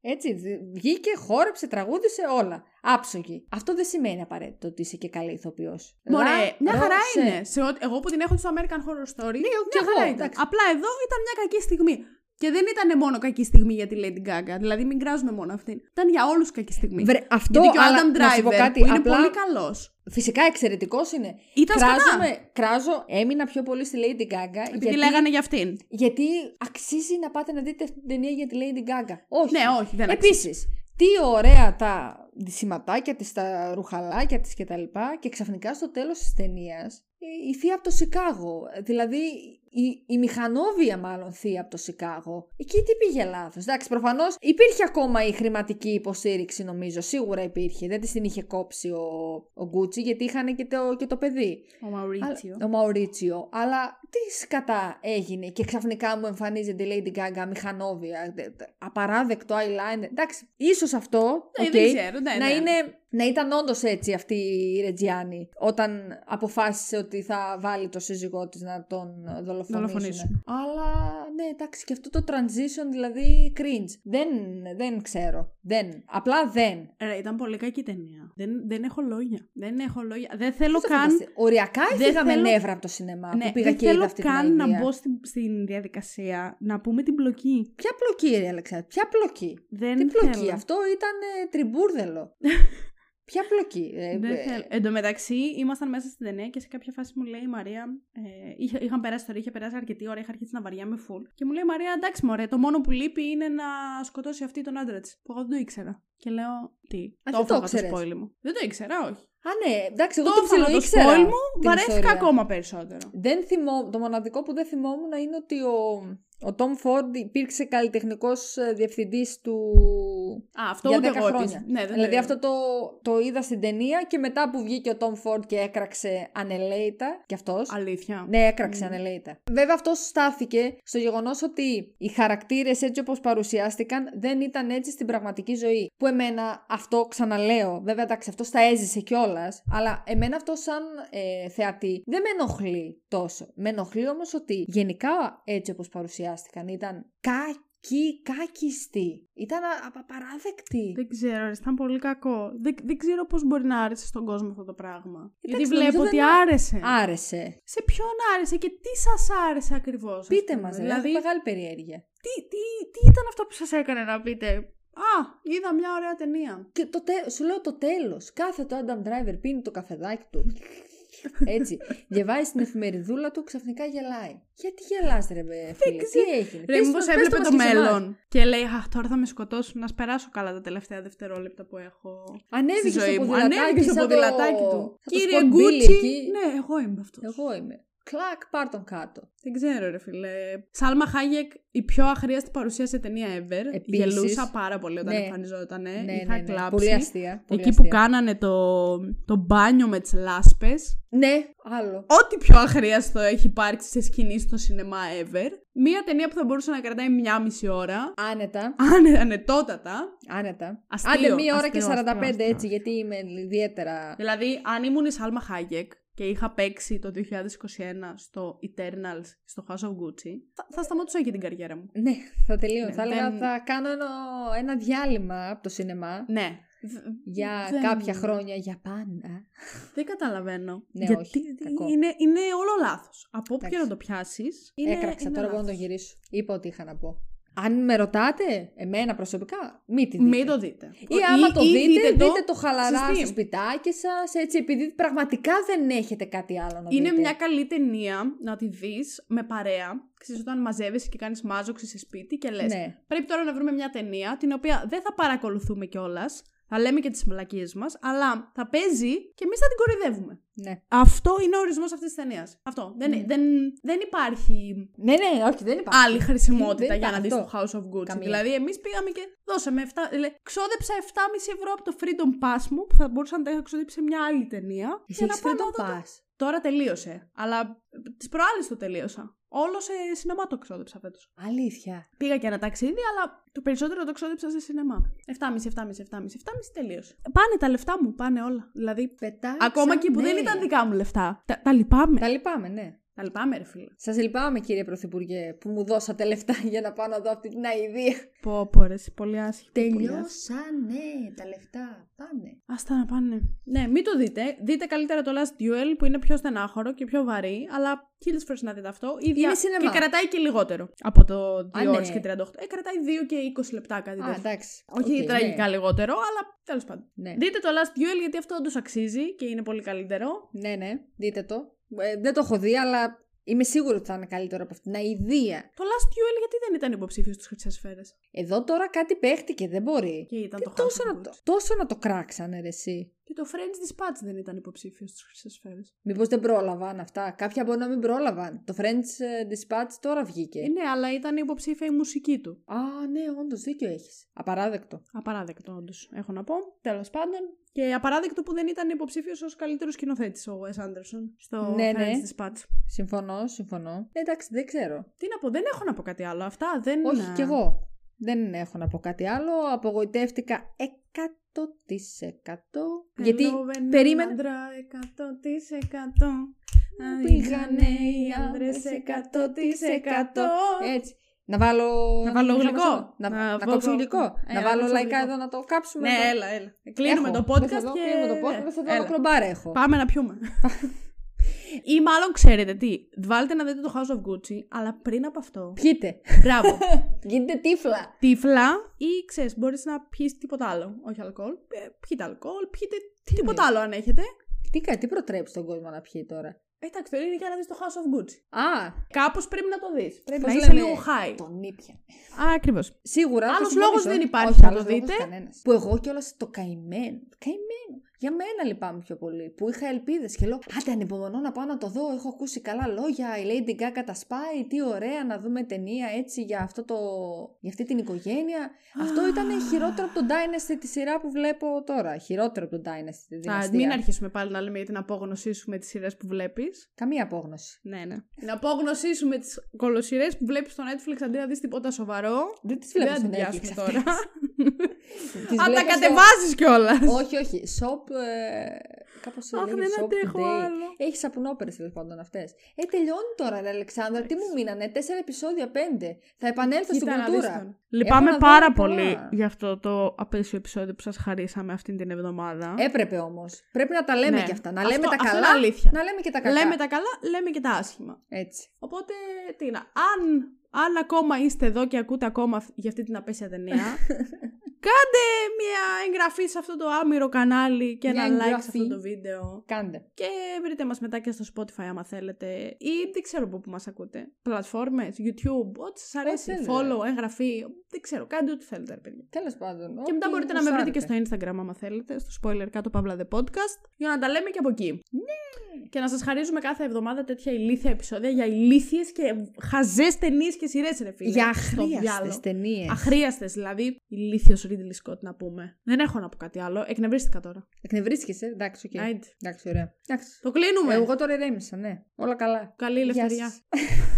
[SPEAKER 2] Έτσι, δι- βγήκε, χόρεψε, τραγούδισε όλα. Άψογη. Αυτό δεν σημαίνει απαραίτητο ότι είσαι και καλή ηθοποιός.
[SPEAKER 1] Μωρέ, μια χαρά είναι. Σε ό,τι- εγώ που την έχω στο American Horror Story,
[SPEAKER 2] κι
[SPEAKER 1] μια
[SPEAKER 2] Ναι, εγώ,
[SPEAKER 1] χαρά ήταν.
[SPEAKER 2] εντάξει.
[SPEAKER 1] Απλά εδώ ήταν μια κακή στιγμή. Και δεν ήταν μόνο κακή στιγμή για τη Lady Gaga. Δηλαδή, μην κράζουμε μόνο αυτήν. Ήταν για όλους κακή στιγμή.
[SPEAKER 2] Βρε, αυτό
[SPEAKER 1] Γιατί και ο
[SPEAKER 2] αλλά,
[SPEAKER 1] Adam
[SPEAKER 2] να σου πω
[SPEAKER 1] Driver,
[SPEAKER 2] κάτι,
[SPEAKER 1] που είναι
[SPEAKER 2] απλά,
[SPEAKER 1] πολύ καλός.
[SPEAKER 2] Φυσικά εξαιρετικός είναι.
[SPEAKER 1] Ήταν σκατά.
[SPEAKER 2] Κράζομαι, κράζω, έμεινα πιο πολύ στη Lady Gaga.
[SPEAKER 1] Επειδή
[SPEAKER 2] γιατί,
[SPEAKER 1] λέγανε για αυτήν.
[SPEAKER 2] γιατί αξίζει να πάτε να δείτε αυτή την ταινία για τη Lady Gaga. Όχι.
[SPEAKER 1] Ναι, όχι, δεν αξίζει.
[SPEAKER 2] Επίσης, τι ωραία τα σηματάκια της, τα ρουχαλάκια της κτλ. Και ξαφνικά στο τέλος της ταινίας η θεία από το Σικάγο. Ε, Δηλαδή η, η μηχανόβια μάλλον θεία από το Σικάγο. Εκεί τι πήγε λάθος. Εντάξει, προφανώς υπήρχε ακόμα η χρηματική υποστήριξη, νομίζω. Σίγουρα υπήρχε. Δεν της την είχε κόψει ο, ο Γκούτσι, γιατί είχαν και το, και το παιδί.
[SPEAKER 1] Ο Μαουρίτσιο.
[SPEAKER 2] Αλλά- Ο Μαουρίτσιο. Αλλά τι σκατά έγινε και ξαφνικά μου εμφανίζεται η Lady Gaga μηχανόβια. δε- δε- Απαράδεκτο eyeliner. Εντάξει, ίσως αυτό.
[SPEAKER 1] Ναι,
[SPEAKER 2] οκ,
[SPEAKER 1] δεν ξέρω, ναι,
[SPEAKER 2] να,
[SPEAKER 1] ναι.
[SPEAKER 2] είναι, να ήταν όντως έτσι αυτή η Ρετζιάννη όταν αποφάσισε ότι θα βάλει το σύζυγό της να τον δολοφονήσουν.
[SPEAKER 1] Δολοφονήσουν.
[SPEAKER 2] Αλλά ναι, εντάξει, και αυτό το transition δηλαδή cringe. Δεν, δεν ξέρω. Δεν. Απλά δεν.
[SPEAKER 1] Ρε, ήταν πολύ κακή ταινία. Δεν, δεν έχω λόγια. Δεν έχω λόγια. Δεν θέλω
[SPEAKER 2] Πώς το
[SPEAKER 1] καν.
[SPEAKER 2] φανταστεί- Οριακά
[SPEAKER 1] δεν
[SPEAKER 2] έφυγα με
[SPEAKER 1] θέλω-
[SPEAKER 2] νεύρα από το σινεμά
[SPEAKER 1] Ναι,
[SPEAKER 2] που πήγα
[SPEAKER 1] δεν
[SPEAKER 2] και είδα
[SPEAKER 1] θέλω
[SPEAKER 2] αυτή την
[SPEAKER 1] καν να
[SPEAKER 2] αηδία.
[SPEAKER 1] μπω στην, στην διαδικασία να πούμε την πλοκή.
[SPEAKER 2] Ποια πλοκή, ρε Αλεξάνδρα, ποια πλοκή.
[SPEAKER 1] Ε, Δεν
[SPEAKER 2] Τι πλοκή,
[SPEAKER 1] θέλω.
[SPEAKER 2] αυτό ήταν ε, τριμπούρδελο. ποια πλοκή. ε,
[SPEAKER 1] Δεν
[SPEAKER 2] ε,
[SPEAKER 1] θέλω. Εν τω μεταξύ, ήμασταν μέσα στην ταινία και σε κάποια φάση μου λέει η Μαρία. Ε, είχε, είχαν περάσει τώρα, είχε περάσει αρκετή ώρα, είχα αρχίσει να βαριάμαι full. Και μου λέει η Μαρία, εντάξει, μωρέ, το μόνο που λείπει είναι να σκοτώσει αυτή τον άντρα της. Που εγώ δεν το ήξερα. Και λέω, τι.
[SPEAKER 2] δεν
[SPEAKER 1] το
[SPEAKER 2] το
[SPEAKER 1] έφαγα το
[SPEAKER 2] ξέρες.
[SPEAKER 1] spoil μου. Δεν το ήξερα, όχι.
[SPEAKER 2] Α, ναι, εντάξει, εγώ
[SPEAKER 1] το
[SPEAKER 2] το
[SPEAKER 1] έφαγα το
[SPEAKER 2] ψιλοήξερα
[SPEAKER 1] spoil μου,
[SPEAKER 2] την
[SPEAKER 1] βαρέθηκα
[SPEAKER 2] ιστορία.
[SPEAKER 1] ακόμα περισσότερο.
[SPEAKER 2] Δεν θυμώ, το μοναδικό που δεν θυμόμουν είναι ότι ο, ο Tom Ford υπήρξε καλλιτεχνικός ε, διευθυντής του
[SPEAKER 1] Α, αυτό
[SPEAKER 2] για
[SPEAKER 1] ούτε
[SPEAKER 2] 10
[SPEAKER 1] εγώ
[SPEAKER 2] χρόνια.
[SPEAKER 1] επίσης. Ναι, δεν το
[SPEAKER 2] δηλαδή
[SPEAKER 1] είδα.
[SPEAKER 2] αυτό το, το είδα στην ταινία και μετά που βγήκε ο Tom Ford και έκραξε ανελέητα κι αυτός.
[SPEAKER 1] Αλήθεια.
[SPEAKER 2] Ναι, έκραξε ανελέητα. Βέβαια, αυτό στάθηκε στο γεγονός ότι οι χαρακτήρες έτσι όπως παρουσιάστηκαν δεν ήταν έτσι στην πραγματική ζωή. Που εμένα αυτό ξαναλέω. Βέβαια, εντάξει, αυτό τα έζησε κιόλας. Αλλά εμένα αυτό, σαν ε, θεατή, δεν με ενοχλεί τόσο. Με ενοχλεί όμως ότι γενικά έτσι όπως παρουσιάστηκαν ήταν κακοί, κάκιστοι. Ήταν α- α- απαράδεκτοι.
[SPEAKER 1] Δεν ξέρω, ρε, ήταν πολύ κακό. Δεν, δεν ξέρω πώς μπορεί να άρεσε στον κόσμο αυτό το πράγμα. Γιατί
[SPEAKER 2] Εντάξει,
[SPEAKER 1] βλέπω
[SPEAKER 2] νομίζω
[SPEAKER 1] ότι
[SPEAKER 2] δεν-
[SPEAKER 1] άρεσε.
[SPEAKER 2] Άρεσε.
[SPEAKER 1] Σε ποιον άρεσε και τι σας άρεσε ακριβώς.
[SPEAKER 2] Πείτε μα, δηλαδή,
[SPEAKER 1] δηλαδή.
[SPEAKER 2] μεγάλη περιέργεια.
[SPEAKER 1] Τι, τι, τι ήταν αυτό που σας έκανε να πείτε. Α, είδα μια ωραία ταινία.
[SPEAKER 2] Και το τε- σου λέω το τέλος. Κάθε το Adam Driver πίνει το καφεδάκι του. Έτσι. Διαβάζει την εφημεριδούλα του, ξαφνικά γελάει. Γιατί γελάς, ρε μπε, φίλε, τι
[SPEAKER 1] ξέρω.
[SPEAKER 2] έγινε.
[SPEAKER 1] Ρε,
[SPEAKER 2] Ε, Πες
[SPEAKER 1] μήπως
[SPEAKER 2] μας, πες
[SPEAKER 1] έβλεπε
[SPEAKER 2] μας
[SPEAKER 1] το
[SPEAKER 2] και σε εμάς.
[SPEAKER 1] μέλλον. Και λέει, Αχ, τώρα θα με σκοτώσουν. Να περάσω καλά τα τελευταία δευτερόλεπτα που έχω. στη
[SPEAKER 2] Ανέβηκε
[SPEAKER 1] ζωή
[SPEAKER 2] στο
[SPEAKER 1] μου.
[SPEAKER 2] ποδηλατάκι,
[SPEAKER 1] Ανέβηκες στο
[SPEAKER 2] σαν το-
[SPEAKER 1] ποδηλατάκι του.
[SPEAKER 2] σαν το
[SPEAKER 1] Κύριε
[SPEAKER 2] Scott Billy
[SPEAKER 1] Γκούτσι.
[SPEAKER 2] εκεί.
[SPEAKER 1] Ναι, εγώ είμαι αυτός.
[SPEAKER 2] Εγώ είμαι. Κλακ, πάρ τον κάτω.
[SPEAKER 1] Δεν ξέρω, ρε φίλε. Σάλμα Χάγεκ, η πιο αχρίαστη παρουσία σε ταινία ever.
[SPEAKER 2] Επίσης.
[SPEAKER 1] Γελούσα πάρα πολύ όταν
[SPEAKER 2] Ναι.
[SPEAKER 1] εμφανιζόταν.
[SPEAKER 2] Ναι, ναι,
[SPEAKER 1] Ε, Είχα
[SPEAKER 2] ναι, ναι.
[SPEAKER 1] κλάψει.
[SPEAKER 2] Πολύ αστεία. πολύ
[SPEAKER 1] Εκεί που
[SPEAKER 2] αστεία.
[SPEAKER 1] κάνανε το, το μπάνιο με τις λάσπες.
[SPEAKER 2] Ναι, άλλο.
[SPEAKER 1] Ό,τι πιο αχρίαστο έχει υπάρξει σε σκηνή στο σινεμά ever. Μία ταινία που θα μπορούσε να κρατάει μία μισή ώρα.
[SPEAKER 2] Άνετα,
[SPEAKER 1] Ανε, ανετότατα.
[SPEAKER 2] άνετα.
[SPEAKER 1] Αστείο,
[SPEAKER 2] Άντε μία ώρα
[SPEAKER 1] αστείο,
[SPEAKER 2] και
[SPEAKER 1] αστείο,
[SPEAKER 2] 45
[SPEAKER 1] αστείο.
[SPEAKER 2] έτσι, γιατί είμαι ιδιαίτερα.
[SPEAKER 1] Δηλαδή, αν ήμουν η Σάλμα Χάγεκ και είχα παίξει το 2021 στο Eternals, στο House of Gucci, θα, θα σταματούσα και την καριέρα μου.
[SPEAKER 2] Ναι, θα τελείω.
[SPEAKER 1] Ναι,
[SPEAKER 2] θα έλεγα,
[SPEAKER 1] δεν-
[SPEAKER 2] θα κάνω ένα, ένα διάλειμμα από το σινεμά.
[SPEAKER 1] Ναι.
[SPEAKER 2] για
[SPEAKER 1] δεν-
[SPEAKER 2] κάποια χρόνια, για πάντα.
[SPEAKER 1] Δεν καταλαβαίνω.
[SPEAKER 2] Ναι,
[SPEAKER 1] Γιατί
[SPEAKER 2] όχι, κακό.
[SPEAKER 1] είναι, είναι όλο λάθος. Από όποιο
[SPEAKER 2] Εντάξει.
[SPEAKER 1] να το πιάσεις.
[SPEAKER 2] Έκραξα, τώρα μπορώ να το γυρίσω. Είπα ότι είχα να πω. Αν με ρωτάτε, εμένα προσωπικά, μην τη δείτε.
[SPEAKER 1] Μην το δείτε.
[SPEAKER 2] Ή άμα το
[SPEAKER 1] ή
[SPEAKER 2] δείτε, δείτε το, χαλαρά
[SPEAKER 1] στη
[SPEAKER 2] στο σπιτάκι σας, έτσι, επειδή πραγματικά δεν έχετε κάτι άλλο να
[SPEAKER 1] Είναι
[SPEAKER 2] δείτε.
[SPEAKER 1] μια καλή ταινία να τη δεις με παρέα. Ξέρεις, όταν μαζεύεσαι και κάνεις μάζοξη σε σπίτι και λες.
[SPEAKER 2] Ναι.
[SPEAKER 1] Πρέπει τώρα να βρούμε μια ταινία την οποία δεν θα παρακολουθούμε κιόλας. Θα λέμε και τις μαλακίες μας, αλλά θα παίζει και εμείς θα την κορυδεύουμε.
[SPEAKER 2] Ναι.
[SPEAKER 1] Αυτό είναι ο ορισμός αυτής της ταινίας. Αυτό. Δεν,
[SPEAKER 2] Ναι.
[SPEAKER 1] δεν, δεν υπάρχει
[SPEAKER 2] ναι, ναι, όχι, δεν υπάρχει.
[SPEAKER 1] άλλη χρησιμότητα
[SPEAKER 2] Δεν
[SPEAKER 1] για να δει
[SPEAKER 2] υπάρχει
[SPEAKER 1] το
[SPEAKER 2] αυτό.
[SPEAKER 1] House of Gucci.
[SPEAKER 2] Καμία.
[SPEAKER 1] Δηλαδή, εμείς πήγαμε και δώσαμε 7. λέει, Ξόδεψα 7,5 ευρώ από το Freedom Pass μου που θα μπορούσα να τα είχα ξοδέψει σε μια άλλη ταινία.
[SPEAKER 2] Εσύ έχεις
[SPEAKER 1] πάω
[SPEAKER 2] πριν
[SPEAKER 1] να
[SPEAKER 2] το
[SPEAKER 1] δω το-
[SPEAKER 2] πας.
[SPEAKER 1] Τώρα τελείωσε. Αλλά τις προάλλες το τελείωσα. Όλο σε σινεμά το ξόδεψα φέτος.
[SPEAKER 2] Αλήθεια.
[SPEAKER 1] Πήγα και ένα ταξίδι, αλλά το περισσότερο το ξόδεψα σε σινεμά. 7,5, 7,5, 7,5, 7,5 τελείωσε. Πάνε τα λεφτά μου, πάνε όλα. Δηλαδή,
[SPEAKER 2] Πετάξα,
[SPEAKER 1] ακόμα και που δεν
[SPEAKER 2] ναι.
[SPEAKER 1] ήταν δικά μου λεφτά. Τα, τα λυπάμαι.
[SPEAKER 2] Τα λυπάμαι, ναι.
[SPEAKER 1] Τα λυπάμαι, ρε φίλε.
[SPEAKER 2] Σας λυπάμαι, κύριε Πρωθυπουργέ, που μου δώσατε λεφτά για να πάω να δω αυτή την αηδία.
[SPEAKER 1] Πω, πω, ρε, πολύ άσχημα.
[SPEAKER 2] Τελειώσανε τα λεφτά. Πάνε.
[SPEAKER 1] Άστα να πάνε. Ναι, μην το δείτε. Δείτε καλύτερα το Last Duel που είναι πιο στενάχωρο και πιο βαρύ, αλλά χίλιε φορέ να δείτε αυτό. Ή δια-
[SPEAKER 2] σινεμά.
[SPEAKER 1] Και κρατάει και λιγότερο από το 2
[SPEAKER 2] Α,
[SPEAKER 1] ώρες
[SPEAKER 2] ναι.
[SPEAKER 1] και 38. Ε, κρατάει 2 και 20 λεπτά κάτι
[SPEAKER 2] Α,
[SPEAKER 1] τέτοιο.
[SPEAKER 2] εντάξει.
[SPEAKER 1] Όχι
[SPEAKER 2] Οκ,
[SPEAKER 1] τραγικά λιγότερο, αλλά τέλος πάντων.
[SPEAKER 2] Ναι. Ναι.
[SPEAKER 1] Δείτε το Last Duel γιατί αυτό όντως αξίζει και είναι πολύ καλύτερο.
[SPEAKER 2] ναι, ναι, δείτε το. Ε, δεν το έχω δει, αλλά είμαι σίγουρη ότι θα είναι καλύτερο από αυτήν την αηδία.
[SPEAKER 1] Το Last Duel γιατί δεν ήταν υποψήφιος στους Χρυσές Σφαίρες.
[SPEAKER 2] Εδώ τώρα κάτι παίχτηκε, δεν μπορεί.
[SPEAKER 1] Και ήταν
[SPEAKER 2] Τι
[SPEAKER 1] το
[SPEAKER 2] τόσο,
[SPEAKER 1] House of
[SPEAKER 2] να το,
[SPEAKER 1] Gucci.
[SPEAKER 2] τόσο να το κράξανε ρε εσύ.
[SPEAKER 1] Και το French Dispatch δεν ήταν υποψήφιος στους Χρυσές Σφαίρε.
[SPEAKER 2] Μήπως δεν πρόλαβαν αυτά. Κάποια μπορεί να μην πρόλαβαν. Το French ε, Dispatch τώρα βγήκε.
[SPEAKER 1] Ε, ναι, αλλά ήταν υποψήφια η μουσική του.
[SPEAKER 2] Α, ναι, όντως δίκιο έχεις. Απαράδεκτο.
[SPEAKER 1] Απαράδεκτο, όντως, έχω να πω. Τέλος πάντων. Και απαράδεκτο που δεν ήταν υποψήφιος ως καλύτερος σκηνοθέτης ο Wes Anderson στο
[SPEAKER 2] Ναι,
[SPEAKER 1] ναι,
[SPEAKER 2] ναι.
[SPEAKER 1] Dispatch.
[SPEAKER 2] Συμφωνώ, συμφωνώ. Ε, εντάξει, δεν ξέρω.
[SPEAKER 1] Τι να πω, δεν έχω να πω κάτι άλλο. Αυτά δεν.
[SPEAKER 2] Όχι, κι εγώ. Δεν έχω να πω κάτι άλλο. Απογοητεύτηκα 100%. Γιατί περίμενα-
[SPEAKER 1] Άντρα 100%.
[SPEAKER 2] Πήγανε οι άνδρες 100%.
[SPEAKER 1] Ε,
[SPEAKER 2] Έτσι. Να βάλω.
[SPEAKER 1] Να βάλω
[SPEAKER 2] ξέρω
[SPEAKER 1] γλυκό.
[SPEAKER 2] πώς Να,
[SPEAKER 1] Να
[SPEAKER 2] να,
[SPEAKER 1] βάλω-
[SPEAKER 2] κόψω γλυκό.
[SPEAKER 1] Ε,
[SPEAKER 2] να
[SPEAKER 1] να
[SPEAKER 2] βάλω
[SPEAKER 1] κόψω
[SPEAKER 2] λαϊκά
[SPEAKER 1] γλυκό.
[SPEAKER 2] εδώ να το κάψουμε.
[SPEAKER 1] Ναι,
[SPEAKER 2] εδώ.
[SPEAKER 1] έλα, έλα. Κλείνουμε
[SPEAKER 2] Έχω.
[SPEAKER 1] το podcast
[SPEAKER 2] Μέσα εδώ
[SPEAKER 1] και.
[SPEAKER 2] Κλείνουμε το podcast.
[SPEAKER 1] ναι,
[SPEAKER 2] Μέσα εδώ
[SPEAKER 1] έλα.
[SPEAKER 2] ένα κλομπάρ έχω.
[SPEAKER 1] Πάμε να πιούμε. Ή μάλλον ξέρετε τι. Βάλτε να δείτε το House of Gucci, αλλά πριν από αυτό.
[SPEAKER 2] Πιείτε.
[SPEAKER 1] Μπράβο.
[SPEAKER 2] Γίνετε τύφλα.
[SPEAKER 1] τύφλα ή ξέρεις, μπορείς να πιεις τίποτα άλλο. Όχι αλκοόλ. Ε, πιείτε αλκοόλ, πιείτε τίποτα άλλο αν έχετε.
[SPEAKER 2] Τι, κα- τι προτρέπει τον κόσμο να πιει τώρα.
[SPEAKER 1] Ε, Εντάξει, το είναι για να δεις το House of Gucci.
[SPEAKER 2] Α,
[SPEAKER 1] Κάπως πρέπει να το δεις. Πρέπει
[SPEAKER 2] πώς
[SPEAKER 1] να είσαι
[SPEAKER 2] λένε,
[SPEAKER 1] λίγο high.
[SPEAKER 2] Τον ήπια.
[SPEAKER 1] Ακριβώς.
[SPEAKER 2] Σίγουρα. θα
[SPEAKER 1] Άλλος
[SPEAKER 2] συμφωνήσω.
[SPEAKER 1] λόγος δεν υπάρχει
[SPEAKER 2] Όχι,
[SPEAKER 1] να
[SPEAKER 2] άλλος
[SPEAKER 1] το
[SPEAKER 2] λόγος
[SPEAKER 1] δείτε.
[SPEAKER 2] κανένας. Που εγώ κιόλας το καημένο. Καημένο. Για μένα λυπάμαι πιο πολύ. Που είχα ελπίδες και λέω Άντε ανυπομονώ να πάω να το δω. Έχω ακούσει καλά λόγια. Η Lady Gaga τα σπάει. Τι ωραία να δούμε ταινία έτσι για, αυτό το... για αυτή την οικογένεια. αυτό ήταν χειρότερο από τον Dynasty τη σειρά που βλέπω τώρα. Χειρότερο από τον Dynasty τη
[SPEAKER 1] Θα,
[SPEAKER 2] δυναστεία.
[SPEAKER 1] μην αρχίσουμε πάλι να λέμε για την απόγνωσή σου με τις σειρές που βλέπεις.
[SPEAKER 2] Καμία απόγνωση.
[SPEAKER 1] Ναι, ναι. Την απόγνωσή σου με τις κολοσιρέ που βλέπεις στο Netflix αντί να δεις τίποτα σοβαρό.
[SPEAKER 2] Δεν τις
[SPEAKER 1] Δεν
[SPEAKER 2] βλέπω
[SPEAKER 1] θα την
[SPEAKER 2] στον
[SPEAKER 1] πιάσουμε
[SPEAKER 2] Netflix
[SPEAKER 1] τώρα.
[SPEAKER 2] αυτές. Τις
[SPEAKER 1] Αν τα
[SPEAKER 2] βλέπω στο-
[SPEAKER 1] κατεβάζεις κιόλας.
[SPEAKER 2] Όχι, όχι. Σοπ. Ε, Κάπως το
[SPEAKER 1] Αχ,
[SPEAKER 2] λέγει.
[SPEAKER 1] δεν
[SPEAKER 2] Shop
[SPEAKER 1] αντέχω
[SPEAKER 2] Today.
[SPEAKER 1] άλλο.
[SPEAKER 2] Έχεις σαπουνόπερες τέλος πάντων αυτές. Ε, τελειώνει τώρα, ρε Αλεξάνδρα. Τι μου μείνανε. Τέσσερα επεισόδια, πέντε. Θα επανέλθω στην
[SPEAKER 1] Κοίτα να δεις
[SPEAKER 2] κουλτούρα.
[SPEAKER 1] τον. Λυπάμαι
[SPEAKER 2] να δω λοιπόν-
[SPEAKER 1] πάρα
[SPEAKER 2] πολλά.
[SPEAKER 1] πολύ για αυτό το απέσιο επεισόδιο που σας χαρίσαμε αυτή την εβδομάδα.
[SPEAKER 2] Έπρεπε όμως. Πρέπει να τα λέμε
[SPEAKER 1] Ναι.
[SPEAKER 2] και αυτά. Να
[SPEAKER 1] Αυτό-
[SPEAKER 2] λέμε τα
[SPEAKER 1] αυτό
[SPEAKER 2] καλά.
[SPEAKER 1] είναι αλήθεια.
[SPEAKER 2] Να λέμε και τα καλά.
[SPEAKER 1] λέμε τα καλά, λέμε και τα άσχημα.
[SPEAKER 2] Έτσι.
[SPEAKER 1] Οπότε, τι να, αν, αν ακόμα είστε εδώ και ακούτε ακόμα αυ- για αυτή την απέσια ταινία, κάντε μια εγγραφή σε αυτό το άμυρο κανάλι και
[SPEAKER 2] Μια
[SPEAKER 1] ένα like σε
[SPEAKER 2] εγγραφή.
[SPEAKER 1] αυτό το βίντεο.
[SPEAKER 2] Κάντε.
[SPEAKER 1] Και βρείτε μας μετά και στο Spotify άμα θέλετε ή δεν ξέρω πού που μας ακούτε. Πλατφόρμες, YouTube, ό,τι σας αρέσει,
[SPEAKER 2] θέλετε.
[SPEAKER 1] follow, εγγραφή, δεν ξέρω, κάντε ό,τι θέλετε ρε παιδιά.
[SPEAKER 2] Τέλος πάντων.
[SPEAKER 1] Και μετά μπορείτε να με βρείτε και στο Instagram, άμα θέλετε, στο spoiler κάτω Παύλα The Podcast, για να τα λέμε και από εκεί. Ναι. Και να σας χαρίζουμε κάθε εβδομάδα τέτοια ηλίθια επεισόδια για ηλίθιες και χαζές ταινίες και σειρές, ρε φίλε.
[SPEAKER 2] Για
[SPEAKER 1] Στο διάλογο.
[SPEAKER 2] αχρίαστε ταινίες.
[SPEAKER 1] Αχρίαστες, δηλαδή. Ηλίθιος Ρίτλι Σκότ να πούμε. Δεν έχω να πω κάτι άλλο. Εκνευρίστηκα τώρα.
[SPEAKER 2] Εκνευρίστηκες, ε? εντάξει, οκ.
[SPEAKER 1] Άιντε.
[SPEAKER 2] Εντάξει, ωραία. Εντάξει.
[SPEAKER 1] Το κλείνουμε.
[SPEAKER 2] Εγώ τώρα ηρέμησα, ναι. Όλα καλά.
[SPEAKER 1] Καλή ελευθερία.
[SPEAKER 2] Γεια σας.